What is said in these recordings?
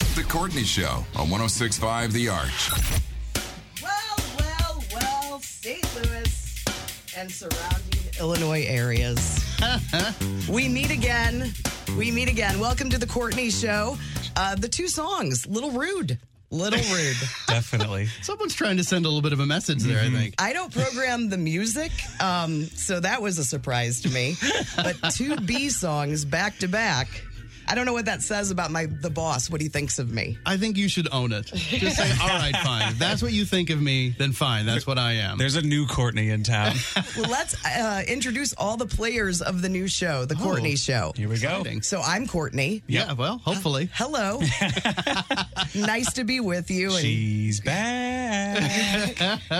The Courtney Show on 1065 The Arch. Well, well, well, St. Louis and surrounding Illinois areas. we meet again. We meet again. Welcome to the Courtney Show. Uh, the two songs, Little Rude, Little Rude. Definitely. Someone's trying to send a little bit of a message there, I think. I don't program the music, um, so that was a surprise to me. But two B songs back to back. I don't know what that says about my the boss. What he thinks of me. I think you should own it. Just say, all right, fine. If that's what you think of me, then fine. That's what I am. There's a new Courtney in town. Well, let's uh, introduce all the players of the new show, the Courtney Show. Here we go. Exciting. So I'm Courtney. Yeah, well, hopefully. Hello. nice to be with you and She's back.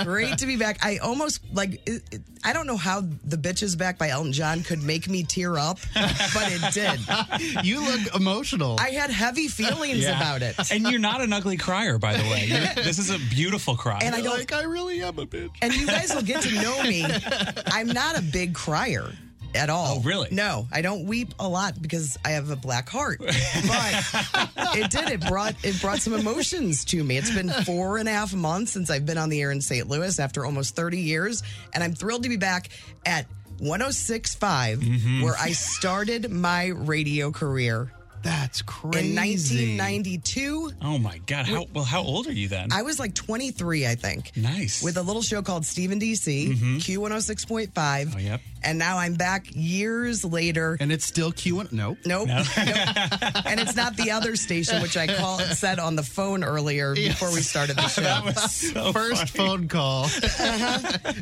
great to be back. I almost like it- it- I don't know how The Bitch is Back by Elton John could make me tear up, but it did. You look emotional. I had heavy feelings Yeah. about it. And you're not an ugly crier, by the way. You're- this is a beautiful cry. And I don't like, I really am a bitch. and you guys will get to know me. I'm not a big crier at all. Oh, really? No, I don't weep a lot because I have a black heart. But it did. It brought it brought some emotions to me. It's been four and a half months since I've been on the air in St. Louis after almost 30 years, and I'm thrilled to be back at 106.5, Mm-hmm. where I started my radio career That's crazy. in 1992. oh my God. How, well, how old are you then? I was like 23, I think. Nice. With a little show called Steven DC, Q106.5. Mm-hmm. Oh, yep. And now I'm back years later. And it's still Q1. Nope. Nope. nope. And it's not the other station, which I call said on the phone earlier before we started the that show. was so First funny. phone call.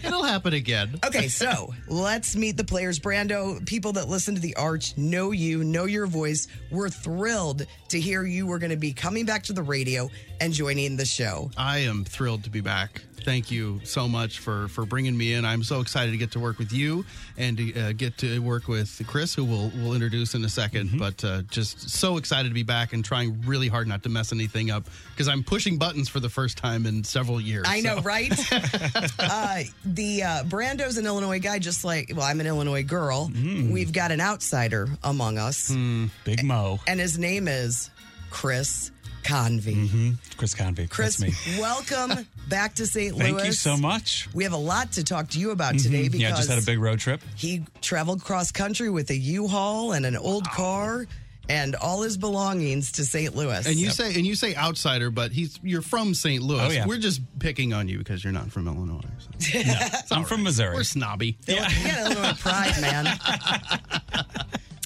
It'll happen again. Okay, so let's meet the players. Brando, people that listen to The Arch know you, know your voice. We're thrilled to hear you were going to be coming back to the radio and joining the show. I am thrilled to be back. Thank you so much for for bringing me in. I'm so excited to get to work with you and to uh, get to work with Chris, who we'll we'll introduce in a 2nd Mm-hmm. But uh, just so excited to be back and trying really hard not to mess anything up because I'm pushing buttons for the first time in several years. I know, So- right? uh, the uh, Brando's an Illinois guy, just like well, I'm an Illinois girl. Hmm. We've got an outsider among us, Big Mo. and his name is Chris Convey. Chris Convey. Chris, Mm-hmm. That's me. welcome back to St. Thank Louis. you so much. Mm-hmm. We have a lot to talk to you about today because Yeah, just had a big road trip. he traveled cross country with a U-Haul and an old car and all his belongings to St. Louis. And you say and you say outsider, but he's you're from St. Louis. Oh, yeah. We're just picking on you because you're not from Illinois. so. I'm from Missouri. We're snobby. You got Illinois pride, man.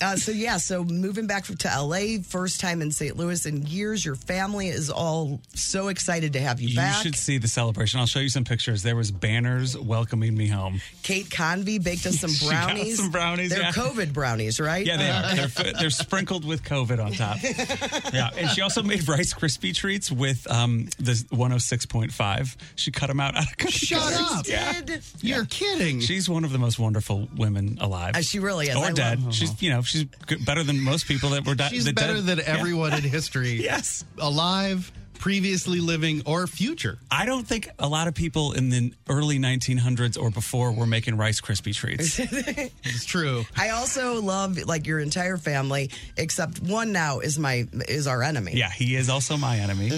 Uh, so yeah, so moving back to LA, first time in St. Louis in years. Your family is all so excited to have you, You back. should see the celebration. I'll show you some pictures. There was banners welcoming me home. Kate Convey baked us some She got brownies. some brownies, They're yeah. COVID brownies, right? Uh, Yeah, they are. They're, fi- they're sprinkled with COVID on top. Yeah, and she also made Rice Krispie treats with um, the 106.5. She cut them out out of cookie Shut cutters. up. Yeah. Did- You're kidding. She's one of the most wonderful women alive. Uh, she really is. Or I dead. love- she's you know she's good, better than most people that were di- She's that better Uh, dead. than Yeah. everyone in history. Yes. Alive, previously living, or future. I don't think a lot of people in the early 1900s or before were making Rice Krispie treats. It's true. I also love like your entire family, except one now is my is our enemy. yeah, he is also my enemy.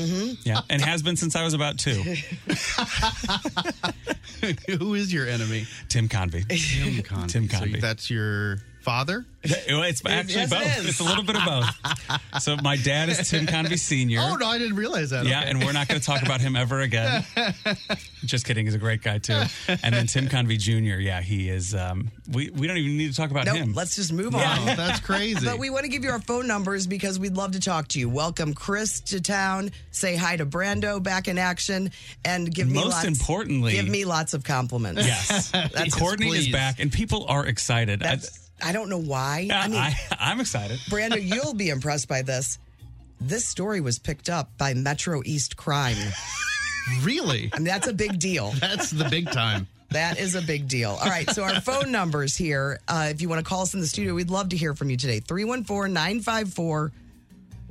Yeah, and has been since I was about two. Who is your enemy? Tim Convey. Tim Convey. Tim Convey. So that's your father? It's actually yes, it both. is. it's a little bit of both. So my dad is Tim Convey Senior. Oh, no, I didn't realize that. Yeah, Okay. and we're not going to talk about him ever again. Just kidding. He's a great guy too. And then Tim Convey Jr. Yeah, he is. Um, we we don't even need to talk about Nope, him. let's just move on. Wow, that's crazy. But we want to give you our phone numbers because we'd love to talk to you. Welcome Chris to town. Say hi to Brando back in action, and give me lots, Most importantly- give me lots of compliments. yes, That's- Courtney please. is back, and people are excited. I, That's, I don't know why. I I mean, am excited. Brando, you'll be impressed by this. This story was picked up by Metro East Crime. really? I mean, that's a big deal. That's the big time. That is a big deal. All right. So, our phone numbers here, uh, if you want to call us in the studio, we'd love to hear from you today. 314 954.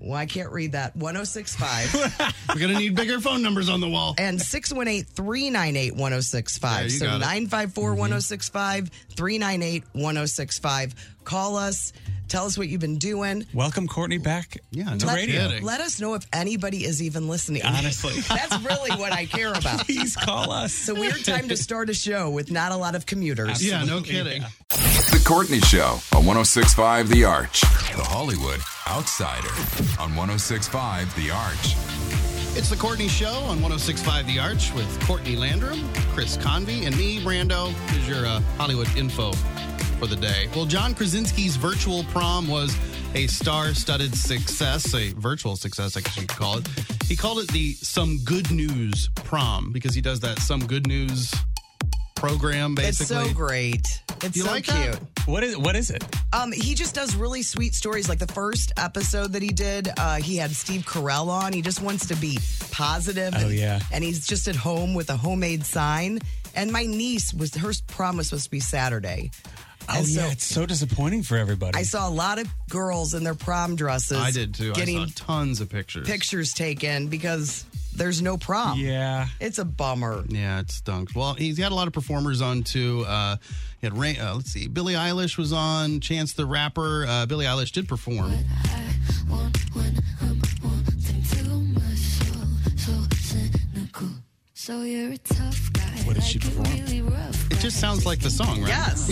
Well, I can't read that. 1065. We're going to need bigger phone numbers on the wall. and 618 398 There 1065. you So got it. oh 954 1065, 398 1065. Call us. Tell us what you've been doing. Welcome, Courtney, back Yeah, to no radio. kidding. Let us know if anybody is even listening. Honestly. That's really what I care about. Please call us. It's a weird time to start a show with not a lot of commuters. Yeah, no Absolutely, kidding. yeah. The Courtney Show on 1065 The Arch. The Hollywood Outsider on 1065 The Arch. It's the Courtney Show on 1065 The Arch with Courtney Landrum, Chris Convey, and me, Brando, is your uh, Hollywood info for the day. Well, John Krasinski's virtual prom was a star studded success, a virtual success, I guess you could call it. He called it the Some Good News prom because he does that Some Good News program, It's basically. so great. It's You so like cute. that? What is what is it? Um, he just does really sweet stories. Like the first episode that he did, uh, he had Steve Carell on. He just wants to be positive. Oh, and, yeah. And he's just at home with a homemade sign. And my niece was her prom was supposed to be Saturday. Oh And so- yeah, it's so disappointing for everybody. I saw a lot of girls in their prom dresses. I did too. Getting I saw tons of pictures. pictures taken because there's no prom. yeah. It's a bummer. Yeah, it stunk. Well, he's had a lot of performers on too. Uh, he had Ray, uh, let's see, Billie Eilish was on, Chance the Rapper. Uh, Billie Eilish did perform. So you're a tough guy. What did she like a perform? Really rough It just sounds like the song, right? Yes.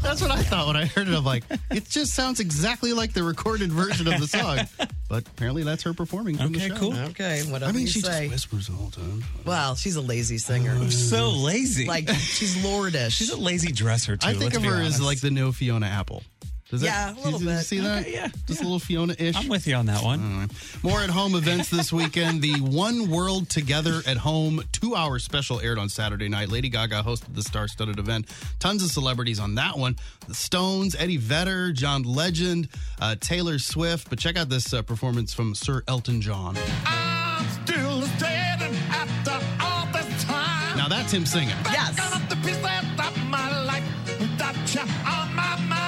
That's what I thought when I heard it. I'm like, it just sounds exactly like the recorded version of the song. But apparently, that's her performing. From Okay, the show. cool. Okay. Whatever I mean, you she say. just whispers the whole time. well, she's a lazy singer. So lazy. like she's lordish. Oh, she's a lazy dresser too. I think let's of be her as honest. like the no Fiona Apple. Does Yeah, a little you, bit. see that? Okay, yeah, Just yeah. a little Fiona ish. I'm with you on that one. Mm-hmm. More at home events this weekend. The One World Together at Home two hour special aired on Saturday night. Lady Gaga hosted the star studded event. Tons of celebrities on that one. The Stones, Eddie Vedder, John Legend, uh, Taylor Swift. But check out this uh, performance from Sir Elton John. I'm still standing after all this time. Now that's him singing. Yes. Got up the piece that stopped my life. Without you on my mind.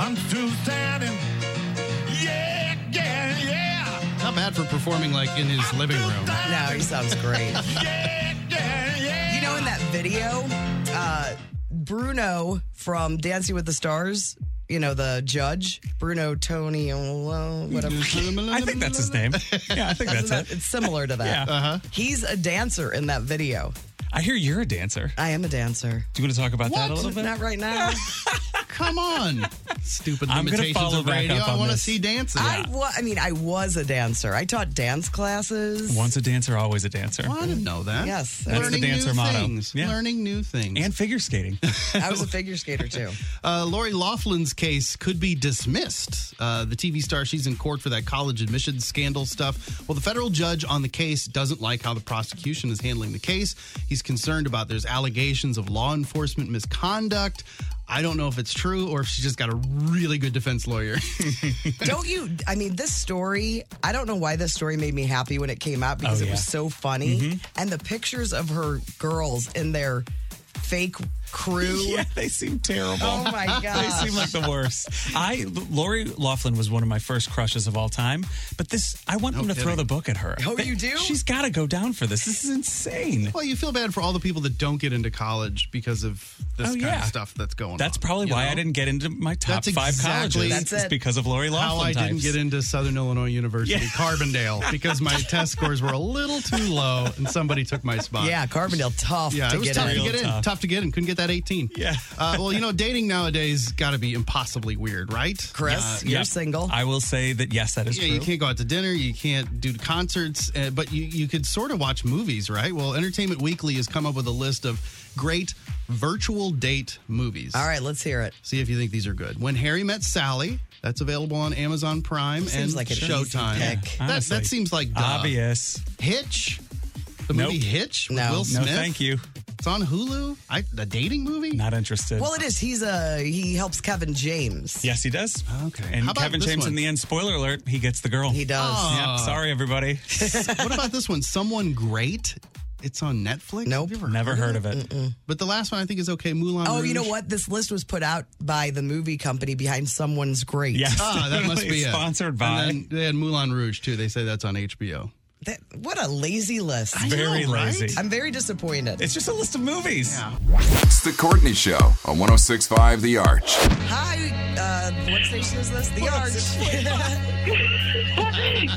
I'm still standing. Yeah, yeah, yeah. Not bad for performing like in his living room. no, he sounds great. Yeah, yeah, yeah. You know, in that video, uh, Bruno from Dancing with the Stars, you know, the judge, Bruno Tony, whatever. I think that's his name. Yeah, I think that's Isn't that- it. It's similar to that. Yeah. Uh-huh. He's a dancer in that video. I hear you're a dancer. I am a dancer. Do you want to talk about that a What? little bit? Not right now. Come on. Stupid I'm gonna limitations follow of back radio. up I on want to this. see dancing. I wa- I mean, I was a dancer. I taught dance classes. Once a dancer, always a dancer. Well, Oh, I didn't know that. Yes. That's the dancer new motto. Things, Yeah. Learning new things. And figure skating. I was a figure skater too. Uh, Lori Laughlin's case could be dismissed. Uh, the TV star, she's in court for that college admissions scandal stuff. Well, the federal judge on the case doesn't like how the prosecution is handling the case. He's concerned about there's allegations of law enforcement misconduct. I don't know if it's true or if she's just got a really good defense lawyer. Don't you? I mean, this story, I don't know why this story made me happy when it came out because Oh, it was yeah. so Mm-hmm. funny. And the pictures of her girls in their fake crew. yeah, they seem terrible. Oh my They gosh. seem like the worst. I Lori Laughlin was one of my first crushes of all time, but this I want them to throw kidding. the book at her. Oh, you do? She's got to go down for this. This is insane. well, you feel bad for all the people that don't get into college because of this Oh, kind yeah. of stuff that's going on. That's probably you why know? I didn't get into my top That's five exactly colleges. That's It's it. because of Lori Laughlin. how I didn't types. get into Southern Illinois University, Yeah. Carbondale, because my test scores were a little too low and somebody took my spot. Yeah, Carbondale, tough Yeah, to it was get tough in. to get in. Tough. Tough. to get in. Couldn't get that 18. Yeah. Uh, well, you know, dating nowadays got to be impossibly weird, right? Chris, you're Yep. single. I will say that yes, that is Yeah, true. you can't go out to dinner. You can't do concerts, uh, but you, you could sort of watch movies, right? Well, Entertainment Weekly has come up with a list of great virtual date movies. All right, let's hear it. See if you think these are good. When Harry Met Sally, that's available on Amazon Prime and Seems like an easy Showtime. pick. That, that Honestly. seems like duh. Obvious. Hitch. The Nope. movie Hitch with No. Will No, Smith. thank you. It's on Hulu. I, a dating movie? Not interested. Well, it is. He's a he helps Kevin James. yes, he does. Okay. And How about Kevin this James one? Ah. in the end. Spoiler alert: he gets the girl. He does. Yeah, sorry, everybody. what about this one? Someone Great. It's on Netflix. Nope. Have you Never heard of it. But the last one I think is okay. Mulan. Oh, Rouge. you know what? This list was put out by the movie company behind Someone's Great. Yes, Ah, that must definitely be it. sponsored by. And then they had Moulin Rouge too. They say that's on HBO. That, what a lazy list. Very know, right? lazy. I'm very disappointed. It's just a list of movies. It's the Courtney Show on 1065 The Arch. Hi, uh, what station is this? The Arch.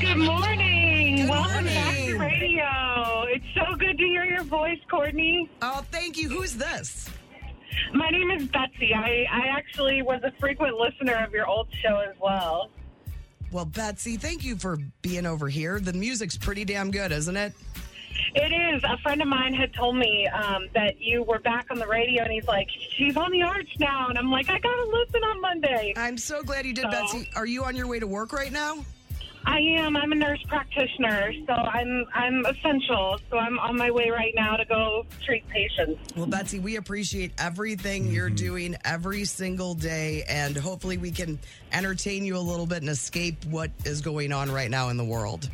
Good morning. Good Welcome back to morning. radio. It's so good to hear your voice, Courtney. oh, thank you. Who's this? My name is Betsy. I, I actually was a frequent listener of your old show as well. Well, Betsy, thank you for being over here. The music's pretty damn good, isn't it? It is. A friend of mine had told me um, that you were back on the radio, and he's like, she's on the arch now. And I'm like, I got to listen on Monday. I'm so glad you did, No. Betsy. Are you on your way to work right now? I am. I'm a nurse practitioner, so I'm, I'm essential. So I'm on my way right now to go treat patients. Well, Betsy, we appreciate everything you're doing every single day, and hopefully we can entertain you a little bit and escape what is going on right now in the world.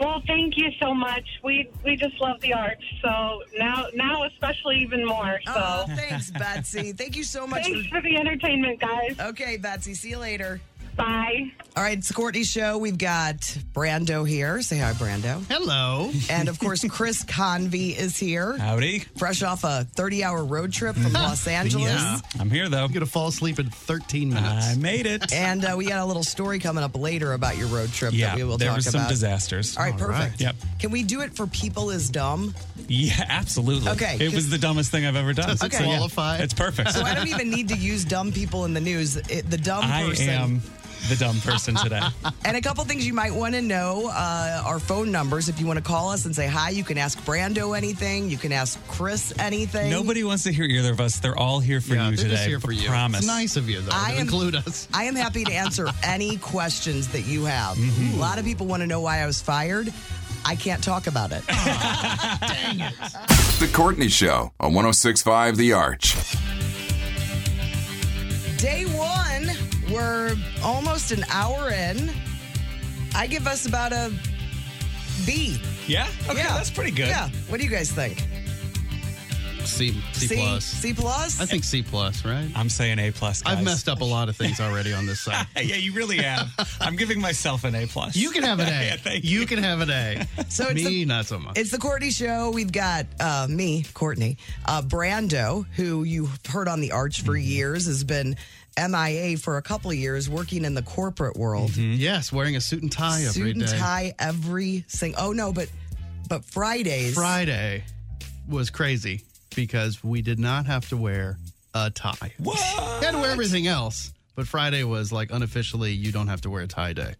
Well, thank you so much. We we just love the arts, so now now especially even more. So Oh, thanks, Betsy. Thank you so much. thanks For- for the entertainment, guys. okay, Betsy, see you later. Bye. All right, it's the Courtney Show. We've got Brando here. Say hi, Brando. Hello. And of course, Chris Convey is here, Howdy. fresh off a 30 hour road trip from Los Angeles. Yeah. I'm here though. I'm going to fall asleep in 13 minutes. I made it. And uh, we got a little story coming up later about your road trip yeah, that we will there talk were some about. disasters. All right, perfect. Yep. Can we do it for people is dumb? Yeah, absolutely. Okay. It was the dumbest thing I've ever done. Does it Okay. qualify? It's perfect. So I don't even need to use dumb people in the news. It, the dumb I person. am the dumb person today. And a couple things you might want to know uh, are phone numbers. If you want to call us and say hi, you can ask Brando anything. You can ask Chris anything. Nobody wants to hear either of us. They're all here for Yeah, you they're today. just here for you. Promise. It's nice of you, though, I to am- include us. I am happy to answer any questions that you have. Mm-hmm. A lot of people want to know why I was fired. I can't talk about it. Oh. The Courtney Show on 1065 The Arch. Day one, we're almost an hour in. I give us about a B. Yeah. Okay, yeah, that's pretty good. Yeah. What do you guys think? C, C, plus. C plus. I think C plus, right? I'm saying A plus. Guys. I've messed up a lot of things already on this side. Yeah, you really have. I'm giving myself an A plus. You can have an Yeah, A. thank you can have an A. So it's me, the- not so much. It's the Courtney Show. We've got uh, me, Courtney, uh, Brando, who you've heard on the Arch for Mm-hmm. years, has been MIA for a couple of years, working in the corporate world. yes, wearing a suit and tie every day. suit and tie every single. Oh no, but but Fridays. Friday was crazy because we did not have to wear a tie. What? We had to wear everything else, but Friday was like unofficially, you don't have to wear a tie day.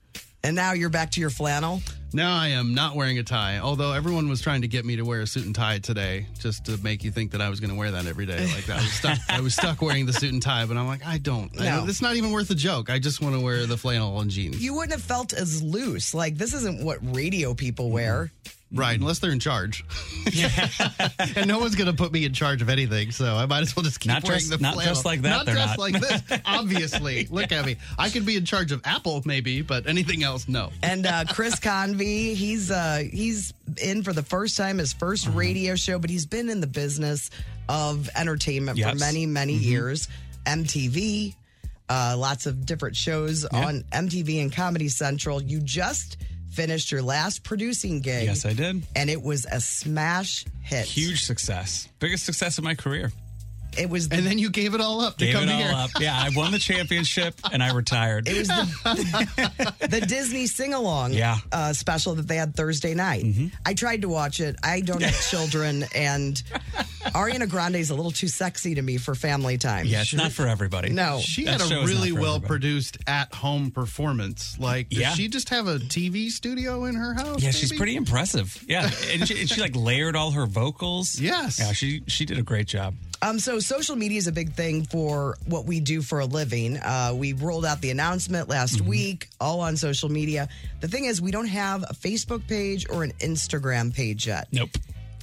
And now you're back to your flannel. Now I am not wearing a tie, although everyone was trying to get me to wear a suit and tie today just to make you think that I was going to wear that every day. Like that, I was stuck. I was stuck wearing the suit and tie, but I'm like, I don't. I No. don't- it's not even worth a joke. I just want to wear the flannel and jeans. You wouldn't have felt as loose. Like this isn't what radio people wear. Mm-hmm. Right, unless they're in charge. and no one's going to put me in charge of anything, so I might as well just keep Not wearing dressed- the not flannel. dressed like that, Not they're not. dressed like this, obviously. Look at me. I could be in charge of Apple, maybe, but anything else, no. And uh, Chris Convey, he's uh, he's in for the first time, his 1st Mm-hmm. radio show, but he's been in the business of entertainment for Yes. Mm-hmm. many many years. MTV, uh, lots of different shows on MTV and Comedy Central. You just finished your last producing gig. Yes, I did. and it was a smash hit. Huge success. Biggest success of my career. It was the, And then you gave it all up to Gave come it all here. up. Yeah, I won the championship and I retired. it was the, the Disney sing along Yeah. Mm-hmm. uh, special that they had Thursday night. I tried to watch it. I don't have children, and Ariana Grande is a little too sexy to me for family time. yeah, it's not for everybody. No. She Oh, That had show a is not really for well everybody. produced at home performance. Like, does Yeah. she just have a TV studio in her house? Yeah, she's maybe? pretty impressive. Yeah, and she, and she like layered all her vocals. Yes. Yeah, she she did a great job. Um, so social media is a big thing for what we do for a living. Uh, we rolled out the announcement last Mm-hmm. week, all on social media. The thing is, we don't have a Facebook page or an Instagram page yet. Nope.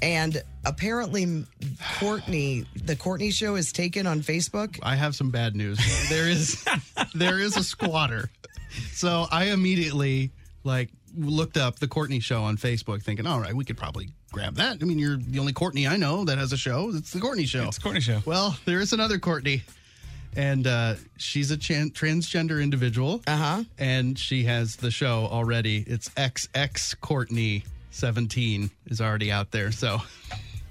And apparently, Courtney, the Courtney show is taken on Facebook. I have some bad news. There is there is a squatter. So I immediately like looked up the Courtney show on Facebook thinking, all right, we could probably grab that. I mean, you're the only Courtney I know that has a show. It's the Courtney show. It's Courtney show. Well, there is another Courtney. And uh, she's a chan- transgender individual. Uh huh. And she has the show already. It's XX Courtney 17 is already out there. So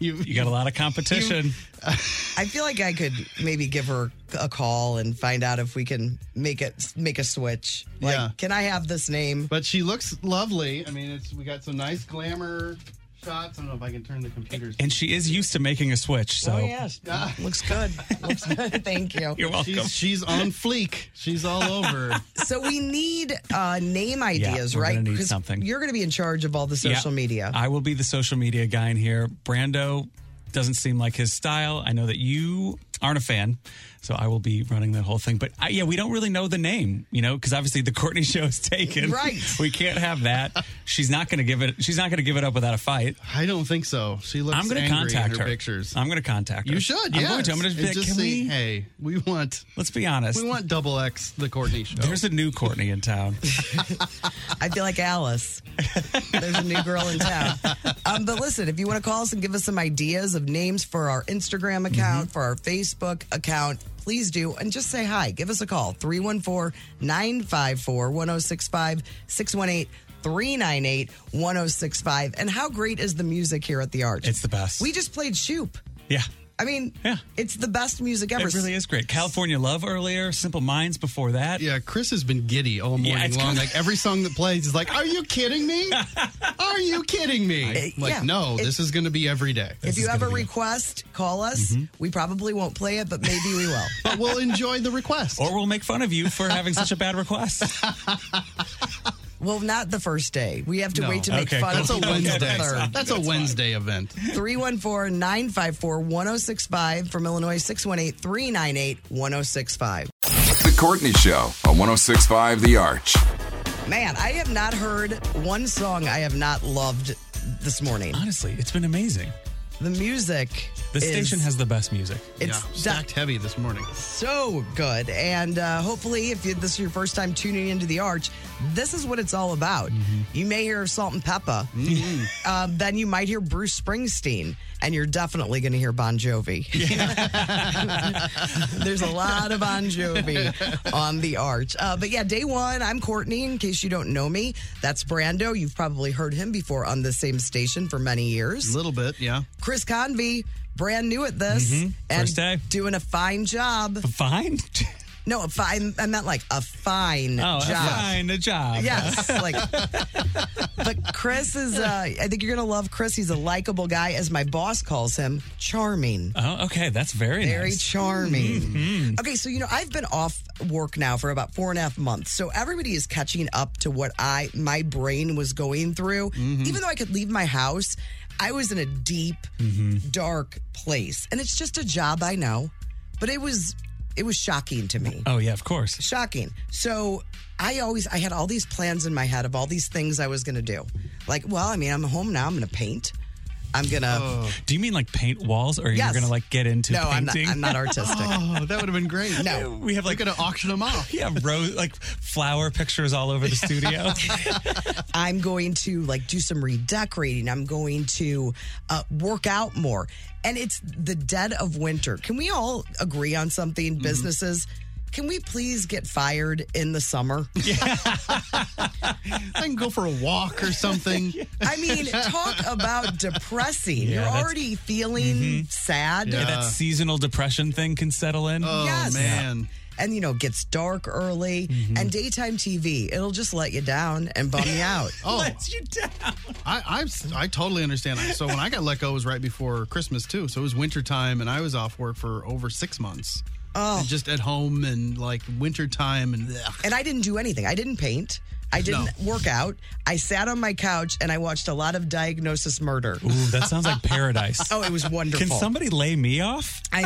you, You got a lot of competition. I feel like I could maybe give her a call and find out if we can make it make a switch. Like, Yeah. can I have this name? But she looks lovely. I mean, it's we got some nice glamour shots. I don't know if I can turn the computers. and she is used to making a switch, so Ah. Oh, looks good. Looks good. Thank you. you're welcome. She's, she's on fleek. She's all over. So we need uh, name ideas, we're right? gonna need 'Cause something. You're going to be in charge of all the social Yeah. media. I will be the social media guy in here. Brando doesn't seem like his style. I know that you aren't a fan, so I will be running the whole thing. But I, yeah, we don't really know the name, you know, because obviously the Courtney show is taken. Right. We can't have that. She's not going to give it. She's not going to give it up without a fight. I don't think so. She looks. I'm going going to contact in her. her, pictures. I'm going to contact her. you should. I'm yes. going to. I'm going to be And like, just can say, we? hey, we want Let's be honest. we want double X the Courtney show. There's a new Courtney in town. I feel like Alice. There's a new girl in town. Um, but listen, if you want to call us and give us some ideas of names for our Instagram account, Mm-hmm. for our Facebook account, please do. And just say hi. Give us a call 314 954 1065 618 398 1065. And how great is the music here at the Arch? It's the best. We just played Shoop. yeah. I mean, Yeah. it's the best music ever. It really is great. California Love earlier, Simple Minds before that. Yeah, Chris has been giddy all morning it's long. kind of- Like every song that plays is like, "Are you kidding me? Are you kidding me?" Uh, Like, yeah. no, It- this is going to be every day. If you is have a gonna be- Mm-hmm. request, call us. We probably won't play it, but maybe we will. But we'll enjoy the request. Or we'll make fun of you for having such a bad request. Well, not the first day. We have to No. wait to make Okay, fun That's a of people the Wednesday. third. That's a Wednesday event. 314 954 1065 from Illinois, 618 398 1065. The Courtney Show on 1065 The Arch. Man, I have not heard one song I have not loved this morning. Honestly, it's been amazing. The music. The is- station has the best music. It's yeah, di- stacked heavy this morning. so good. And uh, hopefully, if you, this is your first time tuning into The Arch, this is what it's all about. Mm-hmm. You may hear Salt and Peppa, um, then you might hear Bruce Springsteen, and you're definitely going to hear Bon Jovi. There's a lot of Bon Jovi on The Arch. Uh, but yeah, day one, I'm Courtney, in case you don't know me. That's Brando. You've probably heard him before on the same station for many years. A little bit, yeah. Chris Convey, brand new at this and Mm-hmm. First day. doing a fine job. Fine. No, a fine. I meant like a fine Oh, job. fine. A job. Yes, like, but Chris is. Uh, I think you're gonna love Chris. He's a likable guy, as my boss calls him, charming. Oh, okay. That's very, Very nice. charming. Mm-hmm. Okay, so you know I've been off work now for about four and a half months, so everybody is catching up to what I my brain was going through. Mm-hmm. Even though I could leave my house, I was in a deep, Mm-hmm. dark place, and it's just a job I know, but it was it was shocking to me oh, yeah, of course. shocking so i always i had all these plans in my head of all these things i was gonna do like well i mean i'm home now i'm gonna paint i'm gonna Oh, Do you mean like paint walls or Yes. you're going to like get into no i'm not painting? i'm not artistic Oh, that would have been great. No. We have We're like, going to auction them off. yeah, rose, like flower pictures all over the studio. i'm going to like do some redecorating i'm going to uh, work out more and it's the dead of winter can we all agree on something Mm-hmm. businesses can we please get fired in the summer I can go for a walk or something. i mean talk about depressing Yeah, you're that's- already feeling sad Mm-hmm. Yeah, that seasonal depression thing can settle in. Oh, Yes. man. and you know it gets dark early Mm-hmm. and daytime tv it'll just let you down and bum you out Oh, Lets you down. I, I'm s- I totally understand. So when I got let go, it was right before Christmas too. So it was winter time, and I was off work for over six months. Oh, just at home and like winter time, and ugh. and i didn't do anything i didn't paint i didn't work out i sat on my couch and i watched a lot of diagnosis murder Ooh, that sounds like paradise. oh it was wonderful can somebody lay me off? I,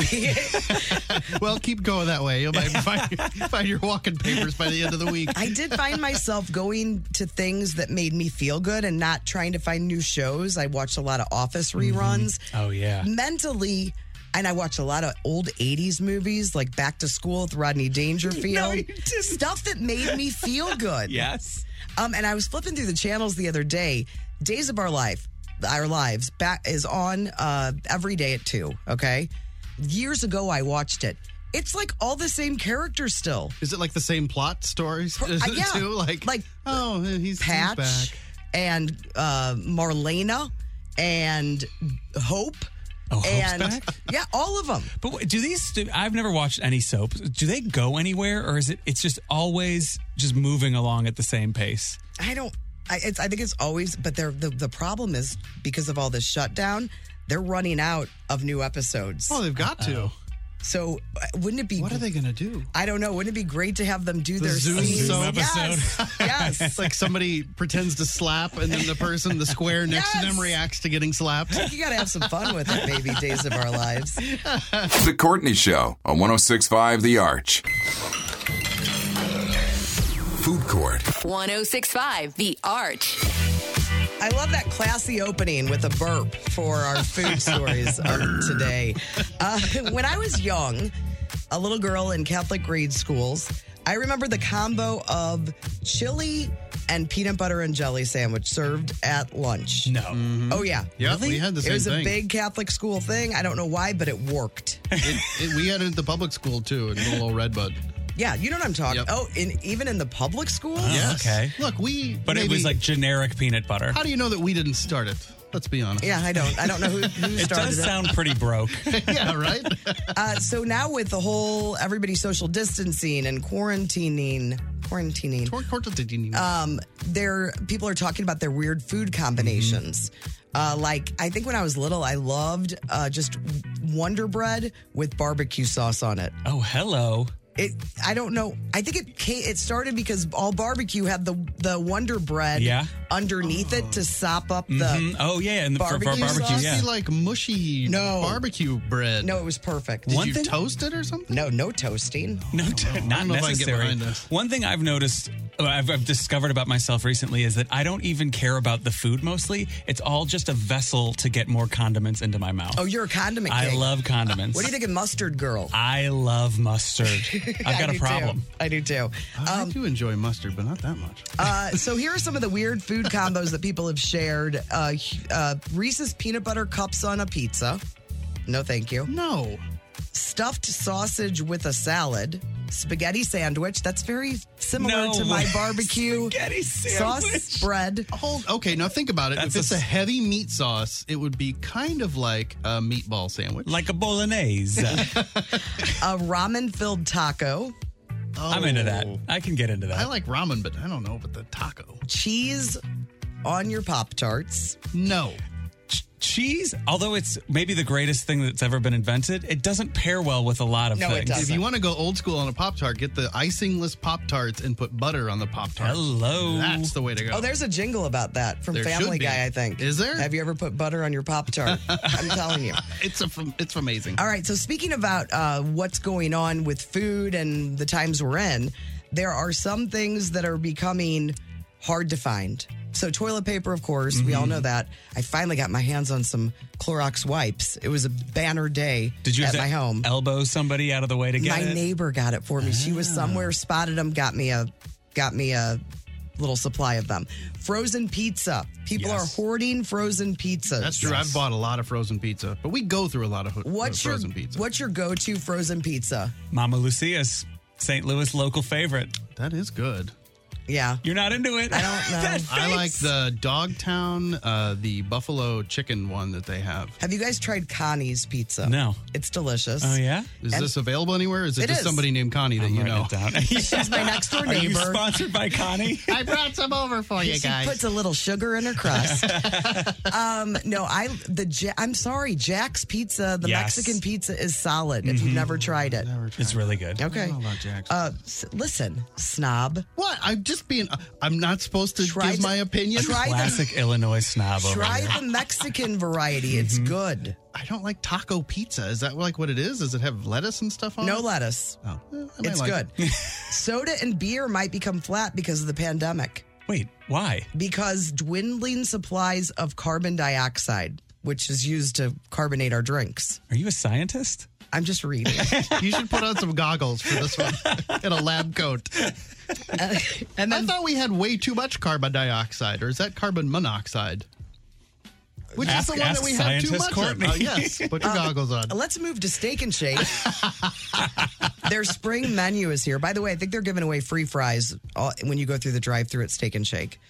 well, keep going that way. You'll might find, find your walking papers by the end of the week. I did find myself going to things that made me feel good and not trying to find new shows i watched a lot of office reruns Oh, yeah. mentally and I watched a lot of old 80s movies like Back to School with Rodney Dangerfield. you didn't. Stuff that made me feel good. Yes. Um, and I was flipping through the channels the other day. Days of Our Life, Our Lives, back is on uh, every day at two. Okay, years ago I watched it. It's like all the same characters still. Is it like the same plot stories uh, yeah. too? Like, Like, oh, he's he's Patch back. and uh, Marlena and Hope. Oh, Hope's and back? yeah, all of them. But wait, do these? Do, I've never watched any soaps. Do they go anywhere, or is it? It's just always just moving along at the same pace. I don't. I, it's, I think it's always, but they're, the the problem is because of all this shutdown, they're running out of new episodes. Oh, they've got to. So uh, wouldn't it be? What are they going to do? I don't know. Wouldn't it be great to have them do their Zoom scenes? Zoom Yes, yes. It's like somebody pretends to slap, and then the person, the square next to them, Yes. reacts to getting slapped. you got to have some fun with it, baby. Days of our lives. The Courtney Show on 1065 The Arch. Food Court. 1065 The Arch. I love that classy opening with a burp for our food stories of today. Uh, when I was young, a little girl in Catholic grade schools, I remember the combo of chili and peanut butter and jelly sandwich served at lunch. No, Oh yeah, Yeah, Mm-hmm. we had the it same was thing. a big Catholic school thing. I don't know why, but it worked. It- it- we had it at the public school too, in Little Old Redbud. Yeah, you know what I'm talking. Yep. Oh, in, even in the public schools. Yes. okay. Look, we. but it was maybe- like generic peanut butter. How do you know that we didn't start it? Let's be honest. Yeah, I don't. I don't know who, who It started does sound pretty broke. yeah right. Uh, so now with the whole everybody social distancing and quarantining, quarantining, Tor- Tor- Tor- Tor- Tor- um, there people are talking about their weird food combinations. Mm-hmm. Uh, like I think when I was little, I loved uh, just Wonder Bread with barbecue sauce on it. oh, hello. It I don't know. I think it came, it started because all barbecue had the the Wonder Bread Yeah. underneath it to sop up the. Mm, oh yeah, and the for- for Barbecue barbecue. sauce? Yeah. It'd be like mushy No. barbecue bread. No, it was perfect. Did One you thing- toast it or something? no, no toasting. No, t- I not don't know if I can get necessary. behind this. One thing I've noticed, uh, I've, I've discovered about myself recently is that I don't even care about the food mostly. It's all just a vessel to get more condiments into my mouth. Oh, you're a condiment. I king. love condiments. What do you think of mustard, girl? I love mustard. I've I got a do problem. Too. I do too. I do enjoy mustard, but not that much. Uh, so here are some of the weird food combos that people have shared: uh, uh, Reese's peanut butter cups on a pizza. No, thank you. no. Stuffed sausage with a salad. Spaghetti sandwich. That's very similar No to my way. barbecue Spaghetti sandwich. Oh. sauce bread. Hold. Okay, now think about it. That's if it's a- a heavy meat sauce, it would be kind of like a meatball sandwich. Like a bolognese. A ramen filled taco. I'm into that. Oh. I can get into that. I like ramen, but I don't know about the taco. Cheese on your pop tarts. No. Ch- cheese, although it's maybe the greatest thing that's ever been invented, it doesn't pair well with a lot of No, things. it doesn't. If you want to go old school on a Pop Tart, get the icingless Pop Tarts and put butter on the Pop Tart. Hello. That's the way to go. Oh, there's a jingle about that from There Family should be. Guy, I think. Is there? Have you ever put butter on your Pop Tart? I'm telling you. it's a, fam- it's amazing. All right. So speaking about uh, what's going on with food and the times we're in, there are some things that are becoming hard to find. So toilet paper, of course, we all Mm-hmm. know that. I finally got my hands on some Clorox wipes. It was a banner day Did you at have to my home. elbow somebody out of the way to get my it? Ah. neighbor got it for me. She was somewhere, spotted them, got me a got me a little supply of them. Frozen pizza. People Yes. are hoarding frozen pizzas. That's true. I've bought a lot of frozen pizza, but we go through a lot of ho- uh, What's your frozen pizza. what's your go-to frozen pizza? Mama Lucia's St. Louis local favorite. That is good. Yeah. You're not into it. I don't know. I like the Dogtown, uh, the buffalo chicken one that they have. Have you guys tried Connie's pizza? No. It's delicious. Oh yeah. Is this available anywhere? Or is it, It just is. somebody named Connie that you Write know? it down. She's My next door Are you neighbor. sponsored by Connie? I brought some over for you she puts a little sugar in her crust. um, no, I the Ja- I'm sorry, Jack's Pizza, the Yes. Mexican pizza is solid. If you've never tried it, it's really good. okay. know about Jack's. Uh, s- listen, snob. What? I'm just being. I'm not supposed to Try give to- my opinion. try- Classic Illinois snob. Over Try here. the Mexican variety. It's good. I don't like taco pizza. Is that like what it is? Does it have lettuce and stuff on No it? lettuce. Oh, eh, I might It's like good. it. Soda and beer might become flat because of the pandemic. Wait, why? because dwindling supplies of carbon dioxide, which is used to carbonate our drinks. Are you a scientist? I'm just reading. You should put on some goggles for this one and a lab coat. and I Uh, then thought we had way too much carbon dioxide, or is that carbon monoxide? Which Ask- is the one ask that we have too scientist much Courtney. of. Uh, yes, put your goggles on. Let's move to Steak and Shake. Their spring menu is here. By the way, I think they're giving away free fries all- when you go through the drive-through at Steak and Shake.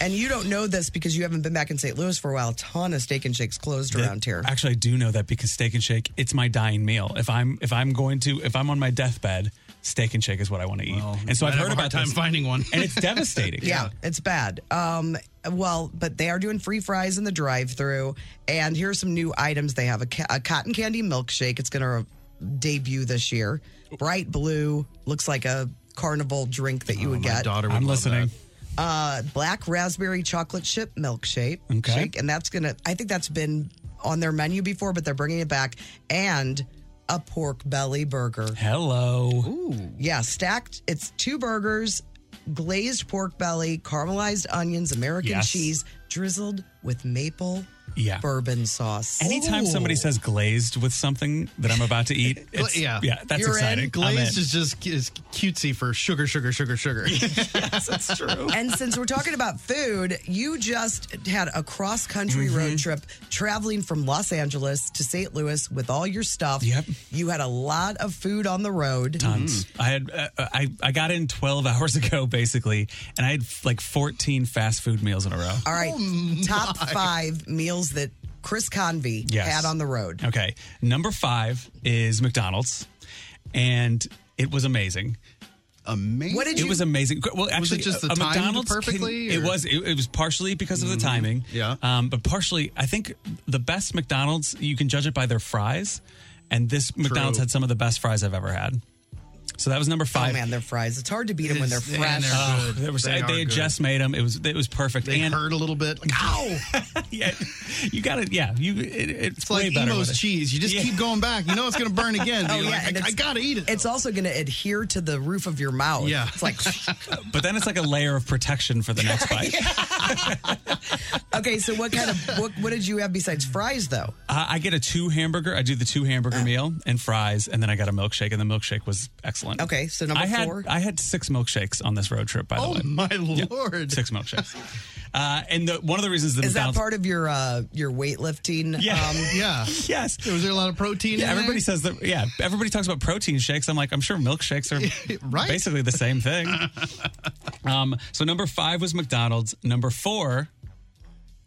And you don't know this because you haven't been back in St. Louis for a while. A ton of Steak and Shakes closed around here. Actually, I do know that because steak and shake, it's my dying meal. If I'm if I'm going to if I'm on my deathbed, steak and shake is what I want to eat. and so I've heard I'd have a hard about time this. finding one. and it's devastating. Yeah, it's bad. Um, well, but they are doing free fries in the drive-through, and here's some new items they have: a, ca- a cotton candy milkshake. It's going to debut this year. Bright blue looks like a carnival drink that you would My get. daughter would I'm love that. listening. Uh, black raspberry chocolate chip milkshake. Okay. shake, and that's gonna. I think that's been on their menu before, but they're bringing it back. And a pork belly burger. Hello. Yeah, stacked. It's two burgers, glazed pork belly, caramelized onions, American Yes. cheese, drizzled with maple Yeah. bourbon sauce. Anytime somebody says glazed with something that I'm about to eat, it's, yeah. yeah. that's You're in, exciting. I'm Glazed in. is just is cutesy for sugar, sugar, sugar, sugar. And since we're talking about food, you just had a cross country Mm-hmm. road trip traveling from Los Angeles to St. Louis with all your stuff. Yep. You had a lot of food on the road. Mm. Tons. I had uh, I I got in 12 hours ago basically, and I had like 14 fast food meals in a row. All right. Oh top five meals that Chris Convey Yes. had on the road. Okay. Number 5 is McDonald's. And it was amazing. Amazing. What did you It was amazing. Well, actually, uh, just the a timed McDonald's can- perfectly, it or- Mm, was. It, it was partially because of the timing. Yeah. Um, but partially, I think the best McDonald's you can judge it by their fries, and this McDonald's had some of the best fries I've ever had. So that was number Oh five. man, their fries. It's hard to beat them when they're It's- and fresh. they're Oh, good. there was- They they, are had good. just made them. It was it was perfect. They and hurt a little bit. Like, ow! yeah, you got it. Yeah, you. It, it's, It's way like better. with Emo's it. cheese. You just Yeah. keep going back. You know it's going to burn again. Oh, You're yeah, like, and I, I it's- got to eat it. It's also going to adhere to the roof of your mouth. Yeah. It's like, But then it's like a layer of protection for the next bite. okay, so what kind of, what, what did you have besides fries though? I, I get a two hamburger. I do the two Ah. hamburger meal and fries, and then I got a milkshake, and the milkshake was excellent. Okay, so number I had, four. I had six milkshakes on this road trip. By the oh way, my lord! six milkshakes. uh, and the, one of the reasons that Is that McDonald's- part of your, uh, your weightlifting? um, Yeah. Yeah. yes. Was there a lot of protein? Yeah, in everybody there? says that. Yeah, everybody talks about protein shakes. I'm like, I'm sure milkshakes are Right. basically the same thing. um, so number five was McDonald's. Number four,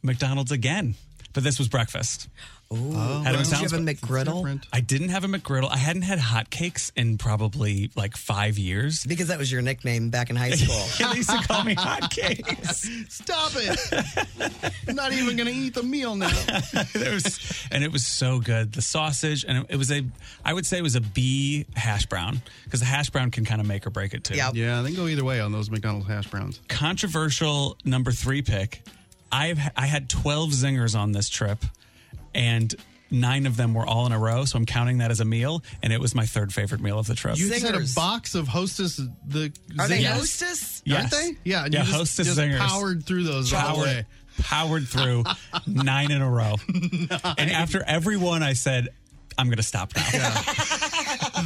McDonald's again, but this was breakfast. Ooh. Had a Did you McDonald's have a McGriddle? Different. I didn't have a McGriddle. I hadn't had hotcakes in probably like five years. Because that was your nickname back in high school. Yeah, they used to call me hotcakes. Stop it! I'm not even going to eat the meal now. There was- and it was so good. The sausage, and it was a, I would say it was a B hash brown because the hash brown can kind of make or break it too. Yep. Yeah, they can go either way on those McDonald's hash browns. Controversial number three pick. I've I had twelve zingers on this trip, and nine of them were all in a row. So I'm counting that as a meal, and it was my third favorite meal of the trip. You just had a Zingers. box of Hostess the Are they Zingers, hostess? Yes. aren't they? Yeah, and yeah. you just, Hostess just zingers powered through those the whole way. powered, powered through nine in a row. And after every one, I said, I'm going to stop now.